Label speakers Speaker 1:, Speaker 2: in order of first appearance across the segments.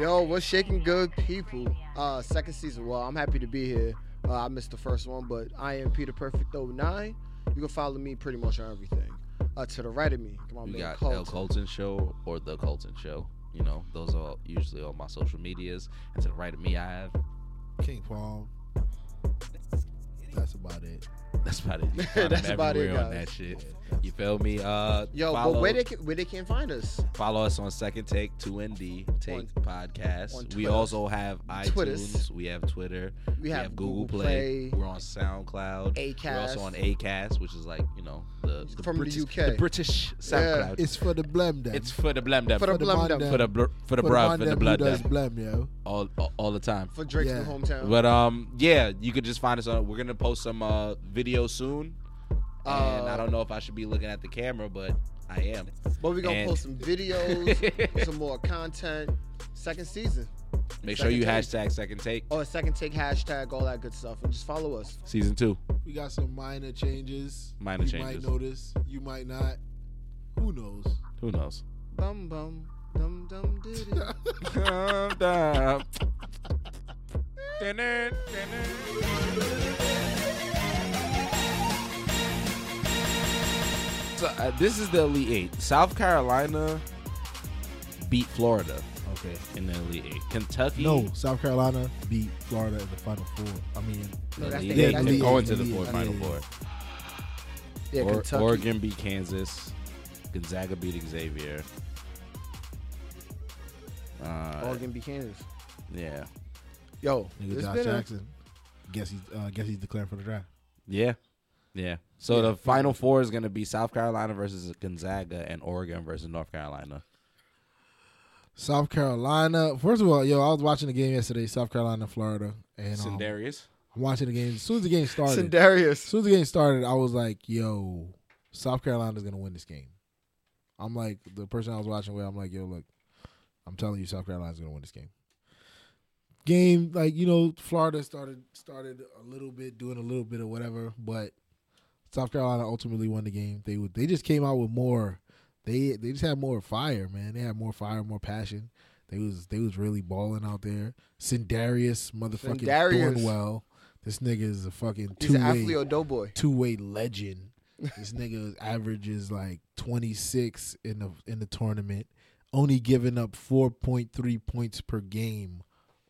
Speaker 1: Yo, what's shaking good people? Uh second season. Well, I'm happy to be here. Uh, I missed the first one, but I am Peter Perfect 09. You can follow me pretty much on everything. Uh to the right of me, come on,
Speaker 2: You
Speaker 1: man.
Speaker 2: got El Colton Show or The Colton Show. You know, those are usually on my social medias. And to the right of me, I have.
Speaker 3: King Palm. That's about it.
Speaker 2: That's about it. You find
Speaker 1: That's
Speaker 2: them
Speaker 1: about it,
Speaker 2: everywhere on
Speaker 1: guys.
Speaker 2: that shit. You feel me? Uh,
Speaker 1: Yo,
Speaker 2: follow,
Speaker 1: but where they can, where they can find us?
Speaker 2: follow us on Second Take Two ND Take
Speaker 1: on
Speaker 2: Podcast. We
Speaker 1: Twitter.
Speaker 2: also have iTunes.
Speaker 1: Twitters.
Speaker 2: We have Twitter.
Speaker 1: We have,
Speaker 2: Google, Play. We're on SoundCloud. We're
Speaker 1: Acast.
Speaker 2: also on Acast, which is like you know the, the
Speaker 1: From the
Speaker 2: British,
Speaker 1: UK.
Speaker 2: the British SoundCloud.
Speaker 3: It's for the blem then.
Speaker 2: It's for the blem dab,
Speaker 1: For the
Speaker 3: For the
Speaker 1: blum
Speaker 3: Monday.
Speaker 2: for the blur, for the bruv,
Speaker 3: man
Speaker 2: for the
Speaker 3: them
Speaker 2: blood
Speaker 3: who does
Speaker 2: dab,
Speaker 3: blem, yo.
Speaker 2: all, all all the time.
Speaker 1: for Drake's
Speaker 3: Yeah.
Speaker 1: new hometown.
Speaker 2: But um, yeah, you could just find us on. We're gonna post some uh video soon, and I
Speaker 1: Uh,
Speaker 2: don't know if I should be looking at the camera, but I am.
Speaker 1: But we're gonna
Speaker 2: and-
Speaker 1: post some videos, some more content. Second season.
Speaker 2: Make sure you
Speaker 1: Second
Speaker 2: hashtag second take
Speaker 1: Or second take hashtag, all that good stuff. And just follow us.
Speaker 2: season two.
Speaker 3: We got some minor changes.
Speaker 2: Minor
Speaker 3: you
Speaker 2: changes.
Speaker 3: might notice. You might not. Who knows?
Speaker 2: Who knows?
Speaker 1: Bum bum dum dum diddy.
Speaker 2: Calm down. So uh, this is the Elite Eight. South Carolina beat Florida
Speaker 3: Okay.
Speaker 2: in the Elite Eight. Kentucky,
Speaker 3: No, South Carolina beat Florida in the final four. I mean,
Speaker 1: No, that's
Speaker 2: Elite
Speaker 1: the-
Speaker 2: Eight.
Speaker 1: that's
Speaker 2: They're
Speaker 1: the-
Speaker 2: going to the
Speaker 3: Elite
Speaker 2: four,
Speaker 3: Eight.
Speaker 2: final
Speaker 3: Yeah.
Speaker 2: four.
Speaker 1: Yeah,
Speaker 2: Or-
Speaker 1: Kentucky.
Speaker 2: Oregon beat Kansas. Gonzaga beat Xavier. Uh,
Speaker 1: Oregon beat Kansas.
Speaker 2: Yeah.
Speaker 1: Yo,
Speaker 3: nigga
Speaker 1: it's
Speaker 3: Josh
Speaker 1: been a-
Speaker 3: Jackson. Guess he's uh, guess he's declared for the draft.
Speaker 2: Yeah. Yeah. So the final four is going to be South Carolina versus Gonzaga and Oregon versus North Carolina.
Speaker 3: South Carolina. First of all, yo, I was watching the game yesterday, South Carolina, Florida, and um, I'm
Speaker 2: Sendarius.
Speaker 3: watching the game. As soon as the game started, As
Speaker 1: Sendarius.
Speaker 3: soon as the game started, I was like, yo, South Carolina's gonna win this game. I'm like the person I was watching with, I'm like, yo, look, I'm telling you South Carolina's gonna win this game. Game, like, you know, Florida started started a little bit, doing a little bit of whatever, but South Carolina ultimately won the game. They would they just came out with more they they just had more fire, man. They had more fire, more passion. They was they was really balling out there. Sindarius motherfucking
Speaker 1: Sindarius.
Speaker 3: doing well. This nigga is a fucking
Speaker 1: He's
Speaker 3: two
Speaker 1: an
Speaker 3: way
Speaker 1: athlete doughboy.
Speaker 3: two way legend. This nigga averages like twenty six in the in the tournament, only giving up four point three points per game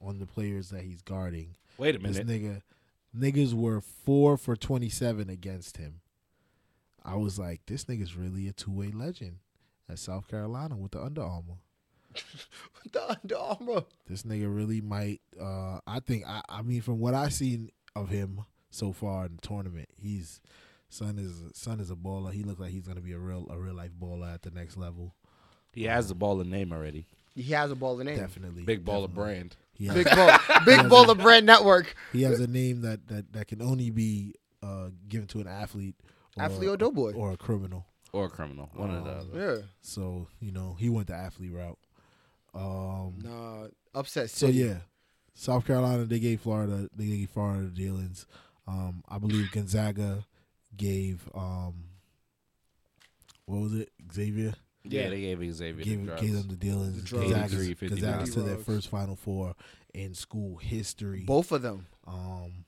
Speaker 3: on the players that he's guarding.
Speaker 2: Wait a
Speaker 3: This
Speaker 2: minute.
Speaker 3: nigga niggas were four for twenty seven against him. I was like, this nigga's really a two way legend at South Carolina with the Under Armour.
Speaker 1: The Under Armour.
Speaker 3: This nigga really might uh I think I I mean from what I've seen of him so far in the tournament, he's son is son is a baller. He looks like he's gonna be a real a real life baller at the next level.
Speaker 2: He has the ball and name already.
Speaker 1: He has a ball in name.
Speaker 3: Definitely.
Speaker 2: Big
Speaker 3: definitely.
Speaker 2: baller brand.
Speaker 3: He has,
Speaker 1: Big ball. Big ball of brand network.
Speaker 3: he has a name that, that, that can only be uh given to an athlete or,
Speaker 1: Athlete or doughboy.
Speaker 3: or a criminal.
Speaker 2: Or a criminal. One
Speaker 3: Oh,
Speaker 2: or the other.
Speaker 1: Yeah.
Speaker 3: So, you know, he went the athlete route. Um
Speaker 1: Nah. Upset
Speaker 3: So
Speaker 1: city.
Speaker 3: yeah, South Carolina they gave Florida they gave Florida the dealings. Um, I believe Gonzaga gave um, what was it Xavier
Speaker 2: Yeah,
Speaker 1: Yeah.
Speaker 2: they gave Xavier
Speaker 3: gave,
Speaker 2: the drugs.
Speaker 3: gave them the dealings.
Speaker 1: The drugs.
Speaker 3: Gonzaga
Speaker 2: 83,
Speaker 3: Gonzaga to their
Speaker 1: drugs.
Speaker 3: first Final Four in school history.
Speaker 1: Both of them.
Speaker 3: Um,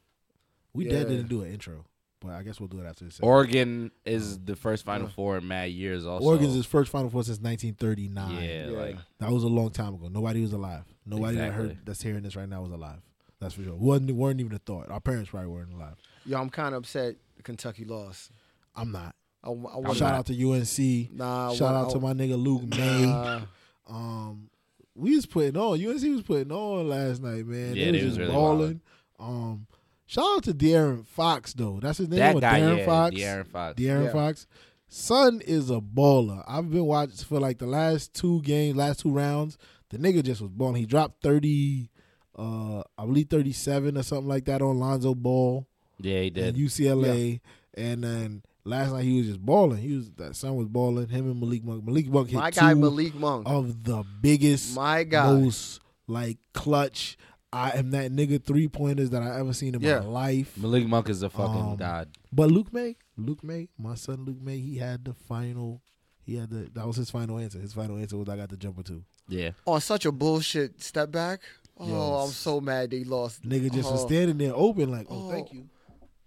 Speaker 3: we
Speaker 1: Yeah.
Speaker 3: dead didn't do an intro, but I guess we'll do it after this.
Speaker 2: Oregon is the first Final Four in mad years also.
Speaker 3: Oh. Oregon's his first Final Four since 1939.
Speaker 2: Oh, yeah,
Speaker 1: Yeah.
Speaker 2: like
Speaker 3: That was a long time ago. Nobody was alive. Nobody that
Speaker 2: Exactly.
Speaker 3: heard that's hearing this right now was alive. That's for sure. wasn't weren't even a thought. Our parents probably weren't alive.
Speaker 1: Yo, I'm kind of upset Kentucky lost.
Speaker 3: I'm not.
Speaker 1: I, I want
Speaker 3: Shout out to UNC.
Speaker 1: Nah. I
Speaker 3: Shout
Speaker 1: wa-
Speaker 3: out to
Speaker 1: I-
Speaker 3: my nigga Luke May.
Speaker 1: Nah.
Speaker 3: Um, we was putting on. UNC was putting on last night, man. they
Speaker 2: Yeah,
Speaker 3: was
Speaker 2: they was
Speaker 3: just
Speaker 2: really
Speaker 3: balling. Um, shout out to De'Aaron Fox though. That's his name.
Speaker 2: that
Speaker 3: what,
Speaker 2: guy,
Speaker 3: De'Aaron
Speaker 2: yeah,
Speaker 3: Fox.
Speaker 2: De'Aaron Fox.
Speaker 3: De'Aaron
Speaker 1: Yeah.
Speaker 3: Fox. Son is a baller. I've been watching for like the last two games, last two rounds. The nigga just was balling. He dropped thirty, uh, I believe thirty-seven or something like that on Lonzo Ball
Speaker 2: yeah, he
Speaker 3: in
Speaker 2: did.
Speaker 3: UCLA. And then last night he was just balling. He was that son was balling. Him and Malik Monk. Malik Monk hit
Speaker 1: My
Speaker 3: two
Speaker 1: guy Malik Monk.
Speaker 3: of the biggest,
Speaker 1: My guy.
Speaker 3: most like clutch. I am that nigga three pointers that I ever seen in
Speaker 1: Yeah.
Speaker 3: my life.
Speaker 2: Malik Monk is a fucking
Speaker 3: Um,
Speaker 2: god.
Speaker 3: But Luke May, Luke May, my son Luke May, he had the final, He had the that was his final answer. His final answer was I got the jumper too.
Speaker 2: Yeah.
Speaker 1: on Oh, such a bullshit step back. Oh,
Speaker 3: Yes.
Speaker 1: I'm so mad they lost.
Speaker 3: Nigga just was
Speaker 1: Oh.
Speaker 3: standing there open like, oh,
Speaker 1: Oh.
Speaker 3: thank you.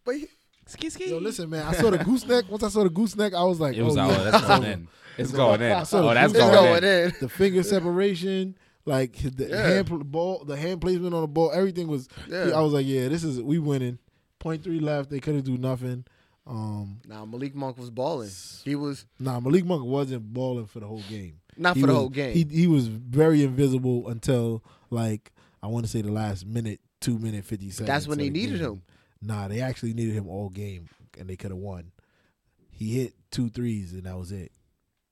Speaker 1: But he-
Speaker 2: Ski ski.
Speaker 3: Yo, listen, man. I saw the gooseneck. Once I saw the gooseneck, I was like,
Speaker 2: It was
Speaker 3: oh,
Speaker 2: out.
Speaker 3: yeah.
Speaker 2: That's going in. It's going in.
Speaker 3: I saw the
Speaker 2: Oh, that's
Speaker 1: it's
Speaker 3: Gooseneck.
Speaker 2: going,
Speaker 1: going
Speaker 2: in.
Speaker 1: in.
Speaker 3: the finger separation, like his- the
Speaker 1: Yeah.
Speaker 3: hand pl- ball, the hand placement on the ball, everything was.
Speaker 1: Yeah.
Speaker 3: I was like, yeah, this is we winning. Point three left. They couldn't do nothing. Um,
Speaker 1: Nah, Malik Monk was balling. He was
Speaker 3: nah, Malik Monk wasn't balling for the whole game.
Speaker 1: not
Speaker 3: He
Speaker 1: for the
Speaker 3: was-
Speaker 1: whole game.
Speaker 3: He he was very invisible until like I want to say the last minute, two minute fifty seconds.
Speaker 1: that's when
Speaker 3: of
Speaker 1: they
Speaker 3: the
Speaker 1: needed
Speaker 3: game.
Speaker 1: him.
Speaker 3: Nah, they actually needed him all game, and they could have won. He hit two threes, and that was it.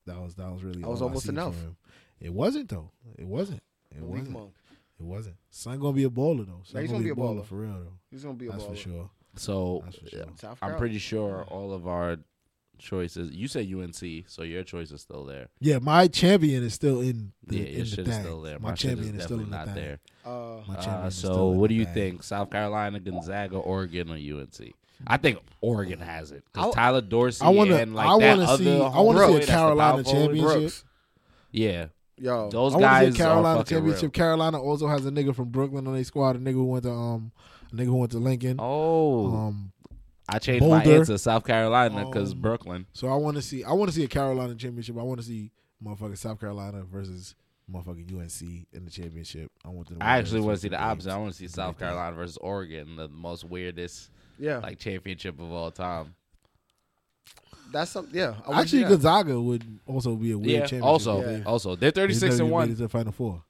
Speaker 3: That was that was really.
Speaker 1: That was
Speaker 3: all I
Speaker 1: almost
Speaker 3: seen
Speaker 1: enough.
Speaker 3: from him. It wasn't though. It wasn't. It
Speaker 1: Malik
Speaker 3: wasn't.
Speaker 1: Monk.
Speaker 3: It wasn't. Son gonna be a baller though. Son
Speaker 1: Yeah, he's
Speaker 3: gonna, be a baller. for real though.
Speaker 1: He's gonna be a
Speaker 3: That's
Speaker 1: baller.
Speaker 3: for sure.
Speaker 2: So
Speaker 3: That's for sure.
Speaker 1: South
Speaker 2: I'm
Speaker 1: Carolina.
Speaker 2: pretty sure all of our choices. You said UNC, so your choice is still there.
Speaker 3: Yeah, my champion is still in. The,
Speaker 2: yeah,
Speaker 3: in
Speaker 2: your shit
Speaker 3: the
Speaker 2: is
Speaker 3: thing.
Speaker 2: still there.
Speaker 3: My,
Speaker 2: My, shit
Speaker 3: champion
Speaker 2: is
Speaker 3: is still
Speaker 2: definitely
Speaker 3: in the
Speaker 2: not
Speaker 3: thing.
Speaker 2: there.
Speaker 1: Uh,
Speaker 3: My champion
Speaker 2: Uh,
Speaker 3: is still
Speaker 2: so
Speaker 3: in
Speaker 2: what
Speaker 3: the
Speaker 2: do you
Speaker 3: thing.
Speaker 2: think? South Carolina, Gonzaga, Oregon, or UNC? I think Oregon has it
Speaker 1: I-
Speaker 2: because Tyler Dorsey
Speaker 3: I wanna-
Speaker 2: and like
Speaker 3: I
Speaker 2: that
Speaker 3: wanna
Speaker 2: other.
Speaker 3: see- I
Speaker 2: homeboy
Speaker 3: wanna see a
Speaker 2: that's the power
Speaker 3: Carolina
Speaker 2: forward.
Speaker 3: championship.
Speaker 1: Brooks,
Speaker 2: Yeah,
Speaker 1: yo,
Speaker 3: I
Speaker 2: those
Speaker 3: want to
Speaker 2: guys
Speaker 3: see Carolina
Speaker 2: are fucking
Speaker 3: championship.
Speaker 2: real.
Speaker 3: Carolina also has a nigga from Brooklyn on their squad. A nigga who went to um, a nigga who went to Lincoln.
Speaker 2: Oh,
Speaker 3: Um,
Speaker 2: I changed my
Speaker 3: Boulder.
Speaker 2: answer. South Carolina because
Speaker 3: Um,
Speaker 2: Brooklyn.
Speaker 3: so I want to see. I want to see a Carolina championship. I want to see motherfucking South Carolina versus motherfucking UNC in the championship. I want them.
Speaker 2: I actually
Speaker 3: win
Speaker 2: want
Speaker 3: those
Speaker 2: to see the
Speaker 3: games.
Speaker 2: opposite. I want to see South
Speaker 3: like that.
Speaker 2: Carolina versus Oregon, the most weirdest
Speaker 1: yeah,
Speaker 2: like championship of all time.
Speaker 1: that's something. Yeah, I would
Speaker 3: Actually,
Speaker 1: do that.
Speaker 3: Gonzaga would also be a weird
Speaker 2: yeah.
Speaker 3: championship.
Speaker 2: Also,
Speaker 1: Yeah.
Speaker 2: also they're thirty six
Speaker 3: They've
Speaker 2: and
Speaker 3: never even
Speaker 2: one
Speaker 3: made it to the final four.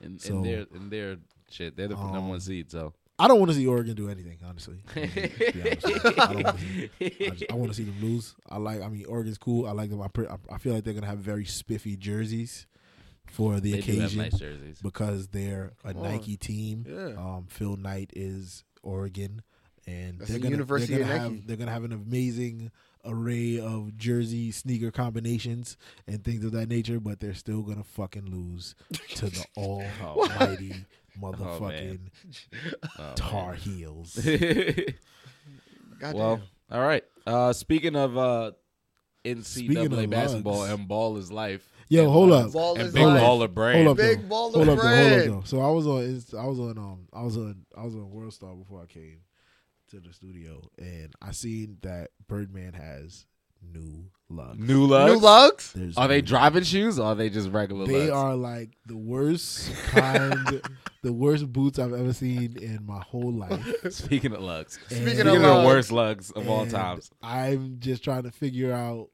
Speaker 2: in,
Speaker 3: So-
Speaker 2: in their in their shit. They're the number one
Speaker 3: Um,
Speaker 2: seed. So
Speaker 3: I don't want to see Oregon do anything, honestly. To be honest with you. I, don't wanna see- I just- I want to see them lose. I like. I mean, Oregon's cool. I like them. I, pre- I I feel like they're gonna have very spiffy jerseys for the
Speaker 2: they do have
Speaker 3: occasion
Speaker 2: nice jerseys.
Speaker 3: because they're a
Speaker 1: Come on.
Speaker 3: Nike team.
Speaker 1: yeah,
Speaker 3: Um, Phil Knight is Oregon, and
Speaker 1: That's
Speaker 3: they're
Speaker 1: the
Speaker 3: gonna,
Speaker 1: University
Speaker 3: they're
Speaker 1: of
Speaker 3: gonna
Speaker 1: Nike.
Speaker 3: have they're gonna have an amazing array of jersey sneaker combinations and things of that nature. But they're still gonna fucking lose to the almighty motherfucking
Speaker 2: Oh,
Speaker 3: Tar Heels.
Speaker 2: man.
Speaker 1: goddamn.
Speaker 2: well, all right. Uh, speaking of uh, NCAA
Speaker 3: Speaking of
Speaker 2: basketball
Speaker 3: lugs.
Speaker 2: and ball is life.
Speaker 3: Yo,
Speaker 2: and
Speaker 3: hold
Speaker 2: lugs
Speaker 3: up.
Speaker 1: Ball
Speaker 2: and
Speaker 1: is
Speaker 2: big
Speaker 3: life.
Speaker 2: ball of brand.
Speaker 3: Hold up,
Speaker 1: big ball of
Speaker 3: Hold up, though, hold up,
Speaker 1: bread.
Speaker 3: though. So I was on, Inst- I was on, um, I was on, I was on World Star before I came to the studio, and I seen that Birdman has new luck.
Speaker 2: New lugs.
Speaker 1: New lugs.
Speaker 3: There's
Speaker 2: Are they
Speaker 3: new-
Speaker 2: driving shoes or are they just regular
Speaker 3: They
Speaker 2: lugs?
Speaker 3: are like the worst kind, the worst boots I've ever seen in my whole life.
Speaker 2: Speaking of lugs.
Speaker 3: Speaking
Speaker 2: Speaking
Speaker 3: of
Speaker 2: of the
Speaker 1: lugs.
Speaker 2: worst lugs of all
Speaker 3: And
Speaker 2: times.
Speaker 3: I'm just trying to figure out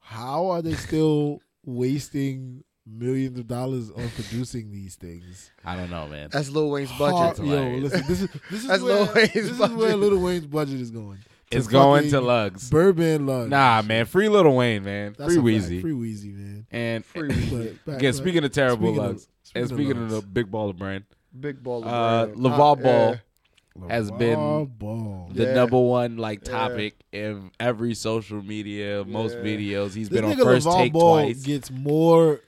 Speaker 3: how are they still wasting millions of dollars on producing these things.
Speaker 2: I don't know, man.
Speaker 1: That's Lil Wayne's
Speaker 3: Har-
Speaker 1: budget.
Speaker 3: yo, listen,
Speaker 2: hilarious.
Speaker 3: this is this is
Speaker 1: That's
Speaker 3: where,
Speaker 1: Lil Wayne's
Speaker 3: this is where
Speaker 1: budget.
Speaker 3: Little Wayne's budget is going. To
Speaker 2: It's going to
Speaker 3: fucking
Speaker 2: lugs.
Speaker 3: Bourbon Lug.
Speaker 2: Nah, man. Free Little Wayne, man.
Speaker 3: That's
Speaker 2: free
Speaker 3: a fact.
Speaker 2: Wheezy.
Speaker 3: Free Wheezy, man.
Speaker 2: and
Speaker 1: Free
Speaker 3: But back-
Speaker 2: again,
Speaker 3: but-
Speaker 2: speaking of terrible
Speaker 3: speaking of-
Speaker 2: lugs. and speaking of,
Speaker 3: lugs,
Speaker 2: the big baller brand,
Speaker 1: Big ball of
Speaker 2: uh,
Speaker 1: bread.
Speaker 2: LeVar
Speaker 1: Uh,
Speaker 2: Ball, has
Speaker 3: LeVar
Speaker 2: been
Speaker 3: Ball.
Speaker 2: the
Speaker 1: Yeah.
Speaker 2: number one like
Speaker 1: Yeah.
Speaker 2: topic in every social media, most
Speaker 1: Yeah.
Speaker 2: videos. He's
Speaker 3: This
Speaker 2: been on
Speaker 3: nigga
Speaker 2: first
Speaker 3: LeVar
Speaker 2: take
Speaker 3: Ball
Speaker 2: twice.
Speaker 3: gets more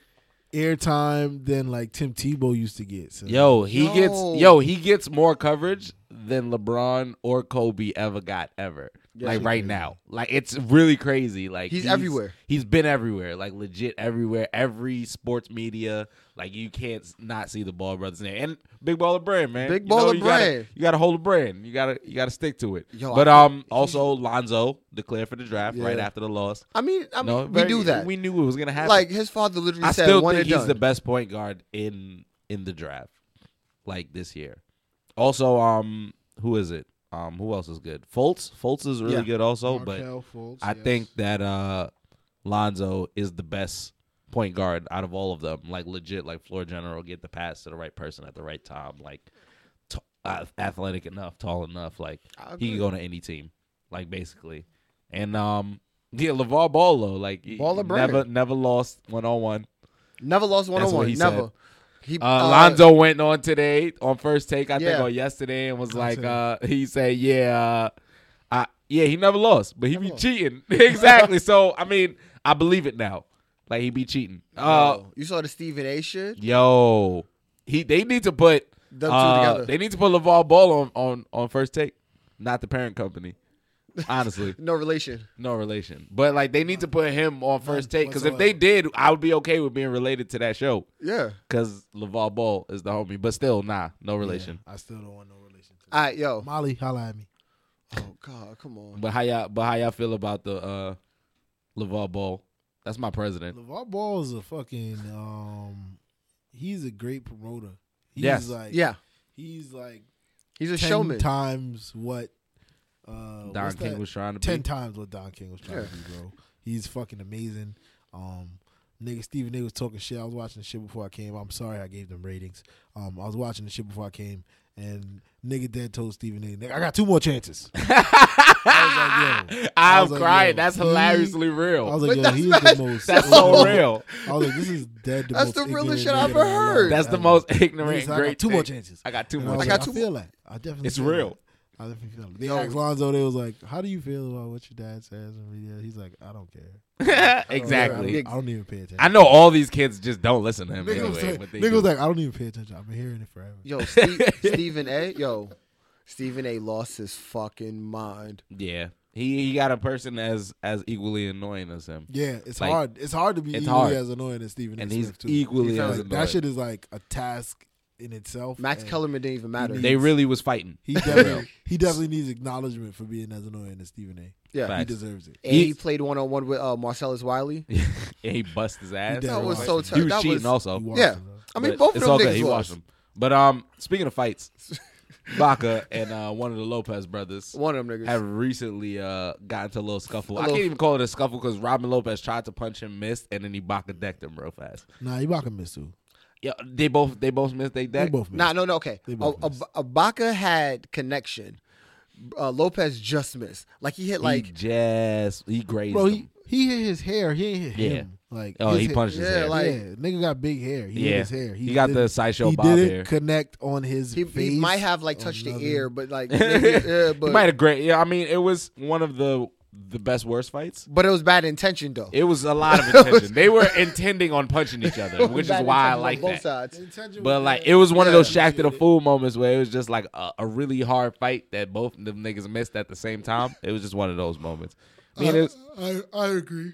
Speaker 3: airtime than like Tim Tebow used to get. So.
Speaker 2: Yo, he
Speaker 1: Yo.
Speaker 2: gets yo, he gets more coverage than LeBron or Kobe ever got ever.
Speaker 1: Yeah.
Speaker 2: like right now. Like it's really crazy. Like
Speaker 1: He's everywhere.
Speaker 2: He's been everywhere. Like legit everywhere. Every sports media. Like you can't s- not see the Ball Brothers name. And Big Baller Brand, man.
Speaker 1: Big
Speaker 2: You know,
Speaker 1: Baller
Speaker 2: you gotta-
Speaker 1: Brand.
Speaker 2: you gotta hold a brand. You gotta you gotta stick to it.
Speaker 1: Yo,
Speaker 2: but
Speaker 1: I-
Speaker 2: um also Lonzo declared for the draft right
Speaker 3: Yeah.
Speaker 2: after the loss.
Speaker 1: I mean, I mean,
Speaker 2: No,
Speaker 1: we
Speaker 2: very-
Speaker 1: do that.
Speaker 2: We knew it was gonna happen.
Speaker 1: like his father literally
Speaker 2: I
Speaker 1: said,
Speaker 2: still
Speaker 1: "One
Speaker 2: think
Speaker 1: and
Speaker 2: he's
Speaker 1: done."
Speaker 2: the best point guard in in the draft, like this year. Also, um, who is it? Um, who else is good? Fultz. Fultz is really
Speaker 1: Yeah.
Speaker 2: good also, but
Speaker 3: Markelle Fultz,
Speaker 2: I
Speaker 3: yes.
Speaker 2: think that uh, Lonzo is the best point guard out of all of them. Like legit, like floor general, get the pass to the right person at the right time. Like t- uh, athletic enough, tall enough. Like
Speaker 1: I
Speaker 2: he
Speaker 1: agree.
Speaker 2: can go to any team, like basically. And um, yeah, Levar Ball though, like he-
Speaker 1: Baller brand.
Speaker 2: never never lost one on one.
Speaker 1: Never lost one on
Speaker 2: what
Speaker 1: one.
Speaker 2: he
Speaker 1: Never.
Speaker 2: said.
Speaker 1: He
Speaker 2: Uh, Lonzo went on today on first take, I think,
Speaker 1: Yeah.
Speaker 2: or yesterday, and was
Speaker 3: On
Speaker 2: like,
Speaker 3: today.
Speaker 2: uh, he said, "Yeah, uh, I, yeah, he never lost, but he be
Speaker 1: lost.
Speaker 2: cheating." exactly. So I mean, I believe it now. Like he be cheating. Uh,
Speaker 1: yo, you saw the Stephen A shit.
Speaker 2: yo, he they need to put
Speaker 1: Them two
Speaker 2: uh,
Speaker 1: together.
Speaker 2: They need to put Levar Ball on on on first take, not the parent company. Honestly,
Speaker 1: No relation.
Speaker 2: no relation. But like they need to put him on first take because if
Speaker 3: whatsoever.
Speaker 2: they did, I would be okay with being related to that show
Speaker 1: Yeah.
Speaker 2: because LeVar Ball is the homie. But still, nah, no relation.
Speaker 3: I still don't want no relation. To
Speaker 1: All right, yo.
Speaker 3: Molly, holla at me.
Speaker 1: Oh God, come on.
Speaker 2: But how y'all? But how y'all feel about the uh, LeVar Ball? That's my president.
Speaker 3: LeVar Ball is a fucking. Um, he's a great promoter. He's
Speaker 2: Yes.
Speaker 3: like
Speaker 1: Yeah,
Speaker 3: He's like
Speaker 1: he's a
Speaker 3: ten
Speaker 1: showman.
Speaker 3: times what. Uh,
Speaker 2: Don
Speaker 3: what's
Speaker 2: King
Speaker 3: that?
Speaker 2: was trying to
Speaker 3: ten
Speaker 2: be.
Speaker 3: times what Don King was trying
Speaker 1: Yeah.
Speaker 3: to do, bro. He's fucking amazing. Um, nigga Steven A was talking shit. I was watching the shit before I came. I'm sorry I gave them ratings. Um, I was watching the shit before I came, and nigga Dad told Steven A, "Nigga, I got two more chances. I was like, yo. I
Speaker 2: I'm
Speaker 3: was like,
Speaker 2: crying.
Speaker 3: yo,
Speaker 2: that's
Speaker 3: he-
Speaker 2: hilariously real.
Speaker 3: I was like,
Speaker 1: But
Speaker 3: yo,
Speaker 1: that's
Speaker 3: he's
Speaker 1: not-
Speaker 3: the most.
Speaker 2: that's so
Speaker 3: ignorant-
Speaker 2: real.
Speaker 3: I was like, this is dead. The
Speaker 1: That's
Speaker 3: most
Speaker 1: the realest
Speaker 3: ignorant
Speaker 1: shit I've
Speaker 3: nigga
Speaker 1: ever
Speaker 3: in my life
Speaker 1: heard.
Speaker 2: That's the
Speaker 3: ever.
Speaker 2: most
Speaker 3: Nigga
Speaker 2: ignorant
Speaker 3: said, I
Speaker 2: great.
Speaker 3: got two more
Speaker 2: thing.
Speaker 3: chances.
Speaker 2: I got two
Speaker 3: And
Speaker 2: more.
Speaker 3: I, was
Speaker 1: got
Speaker 2: chances.
Speaker 3: like,
Speaker 1: two
Speaker 3: I feel that. I definitely.
Speaker 2: It's
Speaker 3: feel
Speaker 2: real.
Speaker 3: that. I definitely feel it. They
Speaker 1: Yo.
Speaker 3: asked Lonzo. They was like, "How do you feel about what your dad says?" And video, he's like, "I don't care.
Speaker 2: exactly.
Speaker 3: I don't, I don't even pay attention."
Speaker 2: I know all these kids just don't listen to him
Speaker 3: Nigga, was,
Speaker 2: anyway.
Speaker 3: like,
Speaker 2: but they
Speaker 3: nigga was
Speaker 2: do.
Speaker 3: like, "I don't even pay attention. I've been hearing it forever."
Speaker 1: Yo, Steve, Stephen A. Yo, Stephen A. lost his fucking mind.
Speaker 2: yeah, he he got a person as as equally annoying as him,
Speaker 3: Yeah, it's
Speaker 2: Like,
Speaker 3: hard. It's hard to be
Speaker 2: it's
Speaker 3: equally
Speaker 2: hard.
Speaker 3: as annoying as Stephen A.
Speaker 2: and he's
Speaker 3: Smith, too.
Speaker 2: equally
Speaker 1: He
Speaker 3: Like,
Speaker 1: felt
Speaker 2: as
Speaker 1: like
Speaker 2: annoying.
Speaker 3: that shit is like a task in itself.
Speaker 1: Max
Speaker 3: and
Speaker 1: Kellerman didn't even matter.
Speaker 2: they really was fighting.
Speaker 3: He definitely, he definitely needs acknowledgement for being as annoying as Stephen A.
Speaker 1: yeah.
Speaker 2: Facts.
Speaker 3: He deserves it.
Speaker 1: And he
Speaker 2: He's-
Speaker 1: played one on one with uh, Marcellus Wiley.
Speaker 2: and he bust his ass.
Speaker 3: He
Speaker 1: That was
Speaker 3: washed
Speaker 1: so
Speaker 3: him.
Speaker 1: tough.
Speaker 2: he was
Speaker 1: that
Speaker 2: cheating
Speaker 1: was,
Speaker 2: also.
Speaker 3: He washed
Speaker 1: yeah.
Speaker 3: it, bro.
Speaker 1: I mean,
Speaker 2: But
Speaker 1: both of
Speaker 2: it's
Speaker 1: them
Speaker 2: all good.
Speaker 1: niggas
Speaker 2: He
Speaker 1: lost.
Speaker 2: watched them. But um, speaking of fights, Baca and uh, one of the Lopez brothers
Speaker 1: One of them niggas.
Speaker 2: have recently uh gotten to a little scuffle.
Speaker 1: A
Speaker 2: I
Speaker 1: little-
Speaker 2: can't even call it a scuffle because Robin Lopez tried to punch him, missed, and then he Baca decked him real fast.
Speaker 3: Nah, Ibaka missed too.
Speaker 2: Yeah, they both they both missed. They
Speaker 3: They
Speaker 2: decked.
Speaker 3: both missed.
Speaker 1: Nah, no, no, okay.
Speaker 3: They both missed.
Speaker 1: Abaka had connection. Uh, Lopez just missed. Like he hit
Speaker 2: like
Speaker 1: like
Speaker 2: he just he grazed
Speaker 3: Bro,
Speaker 2: him.
Speaker 3: he, he hit his hair. He ain't hit
Speaker 2: Yeah.
Speaker 3: him. Like
Speaker 2: Oh,
Speaker 3: his
Speaker 2: he
Speaker 3: hair-
Speaker 2: punched his
Speaker 1: yeah,
Speaker 2: hair.
Speaker 1: like-
Speaker 3: yeah, nigga got big hair. He
Speaker 2: Yeah.
Speaker 3: hit his hair.
Speaker 2: he, got the
Speaker 3: didn't-
Speaker 2: sideshow
Speaker 3: he
Speaker 2: bob
Speaker 3: didn't
Speaker 2: hair.
Speaker 3: connect on his
Speaker 1: he,
Speaker 3: face.
Speaker 1: he might have like
Speaker 3: or
Speaker 1: touched the
Speaker 3: nothing.
Speaker 1: ear, but like maybe- yeah,
Speaker 2: he might
Speaker 1: but
Speaker 2: have great. Yeah, I mean, it was one of the the best worst fights.
Speaker 1: but it was bad intention though.
Speaker 2: It was a lot of intention. they were intending on punching each other, which is
Speaker 1: Bad
Speaker 2: why I
Speaker 1: intention on
Speaker 2: like
Speaker 1: both
Speaker 2: that.
Speaker 1: sides.
Speaker 2: But
Speaker 3: Mm-hmm.
Speaker 2: like, it was one of
Speaker 1: Yeah.
Speaker 2: those Shaq to the Fool moments where it was just like a, a really hard fight that both of them niggas missed at the same time. It was just one of those moments. I mean, it's
Speaker 3: I, I agree.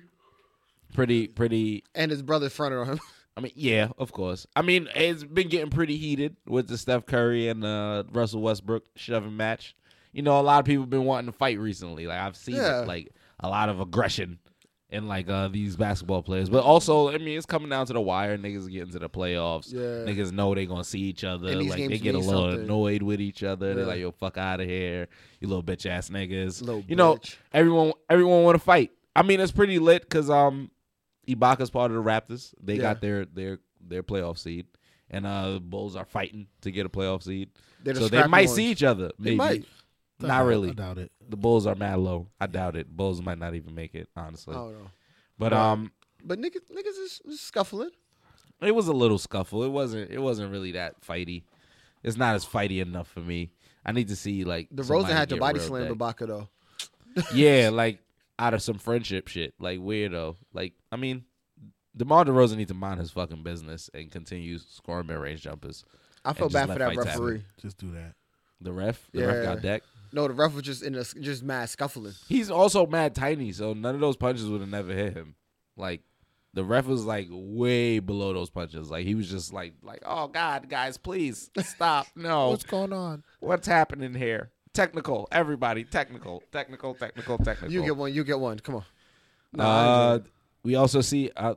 Speaker 2: pretty, pretty.
Speaker 1: And his brother fronted on him.
Speaker 2: I mean, yeah, of course. I mean, it's been getting pretty heated with the Steph Curry and uh, Russell Westbrook shoving match. You know, a lot of people been wanting to fight recently. Like I've seen
Speaker 1: Yeah.
Speaker 2: it, like a lot of aggression in like uh, these basketball players. But also, I mean, it's coming down to the wire. Niggas getting to the playoffs.
Speaker 1: Yeah.
Speaker 2: Niggas know they gonna see each other.
Speaker 1: And these
Speaker 2: Like
Speaker 1: games
Speaker 2: they get a
Speaker 1: mean
Speaker 2: little
Speaker 1: something.
Speaker 2: annoyed with each other. They're
Speaker 1: Yeah.
Speaker 2: like, "Yo, fuck out of here, you little bitch ass niggas."
Speaker 1: Little
Speaker 2: you know,
Speaker 1: bitch.
Speaker 2: everyone everyone want to fight. I mean, it's pretty lit because um, Ibaka's part of the Raptors. They
Speaker 1: Yeah.
Speaker 2: got their their their playoff seed, and uh, the Bulls are fighting to get a playoff seed.
Speaker 1: They're the
Speaker 2: so they
Speaker 1: scrappy
Speaker 2: might
Speaker 1: ones.
Speaker 2: see each other.
Speaker 1: They
Speaker 2: Maybe.
Speaker 1: might.
Speaker 2: Not
Speaker 3: I
Speaker 2: really.
Speaker 3: doubt it.
Speaker 2: The Bulls are mad low. I doubt it. Bulls might not even make it,
Speaker 1: I
Speaker 2: honestly.
Speaker 1: don't know.
Speaker 2: but um,
Speaker 1: But niggas, niggas is, is scuffling.
Speaker 2: it was a little scuffle. It wasn't. It wasn't really that fighty. It's not as fighty enough for me. I need to see like
Speaker 1: The Rosen
Speaker 2: somebody
Speaker 1: had to
Speaker 2: get
Speaker 1: body
Speaker 2: real
Speaker 1: slam
Speaker 2: decked.
Speaker 1: Ibaka though.
Speaker 2: yeah, like out of some friendship shit, like weirdo. Like I mean, DeMar DeRozan needs to mind his fucking business and continue scoring mid range jumpers.
Speaker 1: I felt
Speaker 2: just
Speaker 1: bad
Speaker 2: let
Speaker 1: for that
Speaker 2: fights happen.
Speaker 1: referee.
Speaker 3: Just do that.
Speaker 2: The ref, the ref
Speaker 1: Yeah.
Speaker 2: got decked.
Speaker 1: No, the ref was just in a, just mad scuffling.
Speaker 2: He's also mad tiny, so none of those punches would have never hit him. Like the ref was like way below those punches. Like he was just like like oh god, guys, please stop. No,
Speaker 3: Oh. What's going on?
Speaker 2: what's happening here? Technical, everybody, technical, technical, technical, technical.
Speaker 1: You get one. You get one. Come on. No, I
Speaker 2: uh,
Speaker 1: enjoy
Speaker 2: we also see. Uh,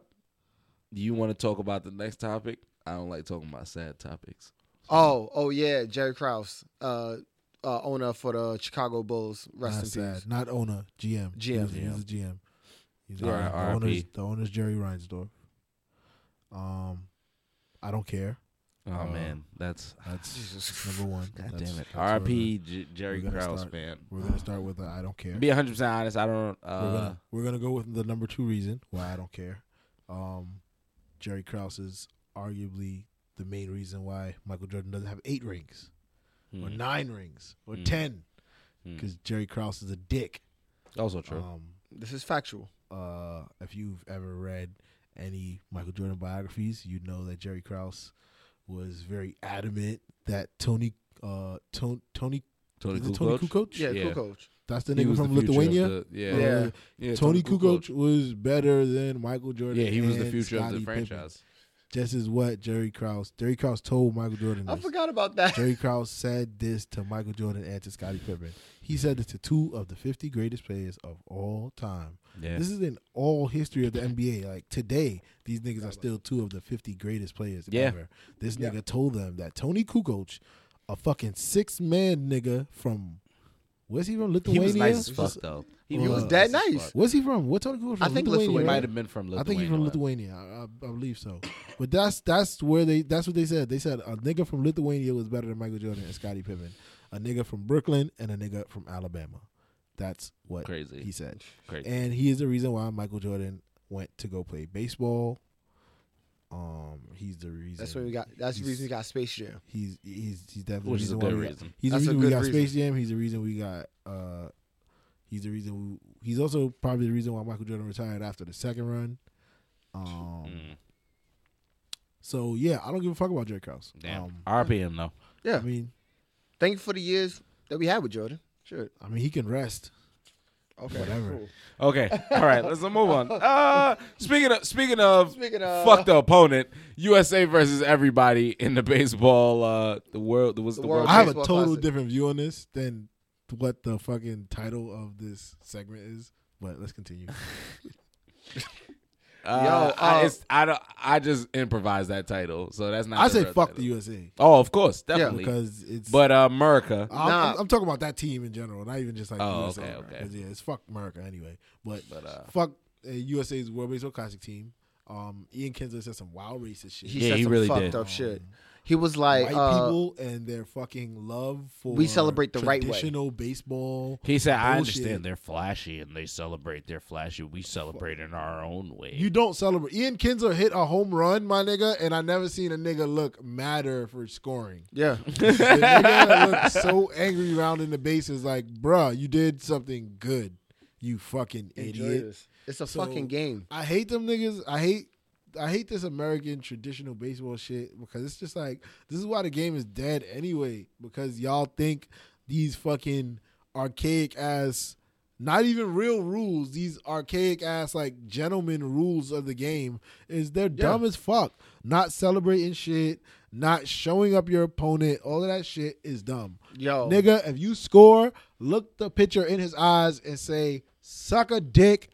Speaker 2: do you want to talk about the next topic? I don't like talking about sad topics.
Speaker 1: Oh, oh yeah, Jerry Krause, uh, uh, owner for the Chicago Bulls. Rest
Speaker 3: Not
Speaker 1: in
Speaker 3: sad.
Speaker 1: peace.
Speaker 3: Not owner. GM.
Speaker 1: GM.
Speaker 3: He's, he's a GM. He's
Speaker 2: All right,
Speaker 3: the,
Speaker 2: R.I.P..
Speaker 3: owner's, the owner's Jerry Reinsdorf. Um, I don't care.
Speaker 2: Oh
Speaker 3: Uh,
Speaker 2: man, that's
Speaker 3: That's
Speaker 1: Jesus.
Speaker 3: number one.
Speaker 2: god
Speaker 3: That's-
Speaker 2: damn it.
Speaker 3: that's where
Speaker 2: R.I.p. J- Jerry
Speaker 3: we're gonna
Speaker 2: Krause,
Speaker 3: start-
Speaker 2: man.
Speaker 3: We're gonna start with I I don't care.
Speaker 2: Be 100 percent honest. I don't. Uh,
Speaker 3: we're gonna we're gonna go with the number two reason why I don't care. Um, Jerry Krause is arguably the main reason why Michael Jordan doesn't have eight rings or
Speaker 2: hmm.
Speaker 3: nine rings or
Speaker 2: Mm.
Speaker 3: ten
Speaker 2: Mm.
Speaker 3: because Jerry Krause is a dick.
Speaker 2: Also true.
Speaker 3: Um,
Speaker 1: This is factual.
Speaker 3: uh, if you've ever read any Michael Jordan biographies, you know that Jerry Krause was very adamant that Tony uh, Tony Tony
Speaker 2: Tony
Speaker 3: Is it
Speaker 2: Kukoc.
Speaker 3: Tony Kukoc?
Speaker 1: Yeah,
Speaker 2: Yeah.
Speaker 1: Kukoc.
Speaker 3: That's the
Speaker 2: He
Speaker 3: nigga
Speaker 2: was the
Speaker 3: from
Speaker 2: future of
Speaker 3: Lithuania.
Speaker 2: the- yeah.
Speaker 3: Uh,
Speaker 1: Yeah.
Speaker 2: Yeah,
Speaker 3: Tony Kukoc was better than Michael Jordan.
Speaker 2: Yeah, he was the
Speaker 3: and
Speaker 2: future of
Speaker 3: Scottie
Speaker 2: the
Speaker 3: Pippen.
Speaker 2: franchise.
Speaker 3: This is what Jerry Krause. Jerry Krause told Michael Jordan.
Speaker 1: I
Speaker 3: this.
Speaker 1: forgot about that.
Speaker 3: Jerry Krause said this to Michael Jordan and to Scottie Pippen. He said this to two of the 50 greatest players of all time.
Speaker 2: Yeah.
Speaker 3: This is in all history of the NBA. Like today, these niggas are still two of the 50 greatest players
Speaker 2: Yeah.
Speaker 3: ever. This nigga told them that Tony Kukoc, a fucking six man nigga from, where's he from?
Speaker 2: he
Speaker 3: Lithuania?
Speaker 2: was nice as fuck though. He,
Speaker 3: was
Speaker 1: dead
Speaker 2: as
Speaker 1: nice.
Speaker 2: fuck.
Speaker 3: Where's he from? What Tony Kukoc from?
Speaker 1: I think
Speaker 2: He
Speaker 1: Lithuania.
Speaker 3: right?
Speaker 2: might have been from Lithuania.
Speaker 3: I think he's from Lithuania. I, I, I believe so. But that's that's where they that's what they said. They said a nigga from Lithuania was better than Michael Jordan and Scottie Pippen. A nigga from Brooklyn and a nigga from Alabama. That's what
Speaker 2: Crazy.
Speaker 3: he said.
Speaker 2: Crazy.
Speaker 3: And he is the reason why Michael Jordan went to go play baseball. Um, he's the reason.
Speaker 1: That's when we got. That's the
Speaker 3: He's-
Speaker 1: reason we got Space Jam.
Speaker 3: He's he's he's definitely
Speaker 2: Which is a
Speaker 3: the reason why
Speaker 2: good
Speaker 3: we got-
Speaker 2: reason.
Speaker 3: he's
Speaker 1: That's
Speaker 3: the
Speaker 1: a
Speaker 3: reason we
Speaker 1: good
Speaker 3: got
Speaker 1: reason.
Speaker 3: Space Jam. He's the reason we got. uh He's the reason. We, he's also probably the reason why Michael Jordan retired after the second run. Um.
Speaker 2: Mm,
Speaker 3: So yeah, I don't give a fuck about Jerry Krause.
Speaker 2: damn.
Speaker 3: Um,
Speaker 2: RP him though.
Speaker 1: Yeah.
Speaker 3: I mean,
Speaker 1: Thank you for the years that we had with Jordan. Sure.
Speaker 3: I mean, he can rest.
Speaker 1: Okay.
Speaker 3: Whatever.
Speaker 1: cool.
Speaker 2: Okay. All right. Let's move on. Uh, speaking of speaking of
Speaker 1: Speaking of-
Speaker 2: fuck the opponent, USA versus everybody in the baseball. Uh, the world. Was
Speaker 1: The
Speaker 2: the,
Speaker 1: World
Speaker 2: world?
Speaker 3: I have a
Speaker 1: Baseball
Speaker 3: total
Speaker 1: Classic.
Speaker 3: different view on this than what the fucking title of this segment is. But let's continue.
Speaker 2: Uh,
Speaker 1: Yo,
Speaker 2: I,
Speaker 1: uh,
Speaker 2: it's- I don't. I just improvised that title, so that's not.
Speaker 3: I
Speaker 2: the
Speaker 3: say
Speaker 2: real
Speaker 3: fuck
Speaker 2: title.
Speaker 3: the USA
Speaker 2: Oh, of course, definitely.
Speaker 3: because it's.
Speaker 2: but uh, America.
Speaker 3: I'm,
Speaker 1: Nah.
Speaker 3: I'm- I'm talking about that team in general, not even just like
Speaker 2: Oh,
Speaker 3: USA.
Speaker 2: okay, okay.
Speaker 3: 'Cause, Yeah, it's fuck America anyway. But,
Speaker 2: But, uh,
Speaker 3: fuck uh, USA's World Baseball Classic team. Um, Ian Kinsler said some wild racist shit. Um,
Speaker 1: He
Speaker 2: Yeah,
Speaker 1: said
Speaker 2: he
Speaker 1: some
Speaker 2: really
Speaker 1: fucked
Speaker 2: did.
Speaker 1: up shit. He was like,
Speaker 3: white
Speaker 1: uh,
Speaker 3: people and their fucking love for
Speaker 1: We celebrate the right way.
Speaker 3: traditional baseball.
Speaker 2: He said, "I
Speaker 3: Bullshit.
Speaker 2: understand they're flashy and they celebrate their flashy. We celebrate in our own way."
Speaker 3: You don't celebrate. Ian Kinsler hit a home run, my nigga, and I never seen a nigga look madder for scoring.
Speaker 1: yeah,
Speaker 3: The nigga looked so angry rounding the bases, like, bruh, you did something good, you fucking
Speaker 1: Enjoy
Speaker 3: idiot.
Speaker 1: this. It's a
Speaker 3: So-
Speaker 1: fucking game.
Speaker 3: I hate them niggas. I hate I hate this American traditional baseball shit because it's just like this is why the game is dead anyway because y'all think these fucking archaic ass not even real rules, these archaic ass like gentleman rules of the game is they're dumb as fuck. Not celebrating shit, not showing up your opponent, all of that shit is dumb.
Speaker 1: Yo,
Speaker 3: Nigga, if you score, look the pitcher in his eyes and say, "Suck a dick,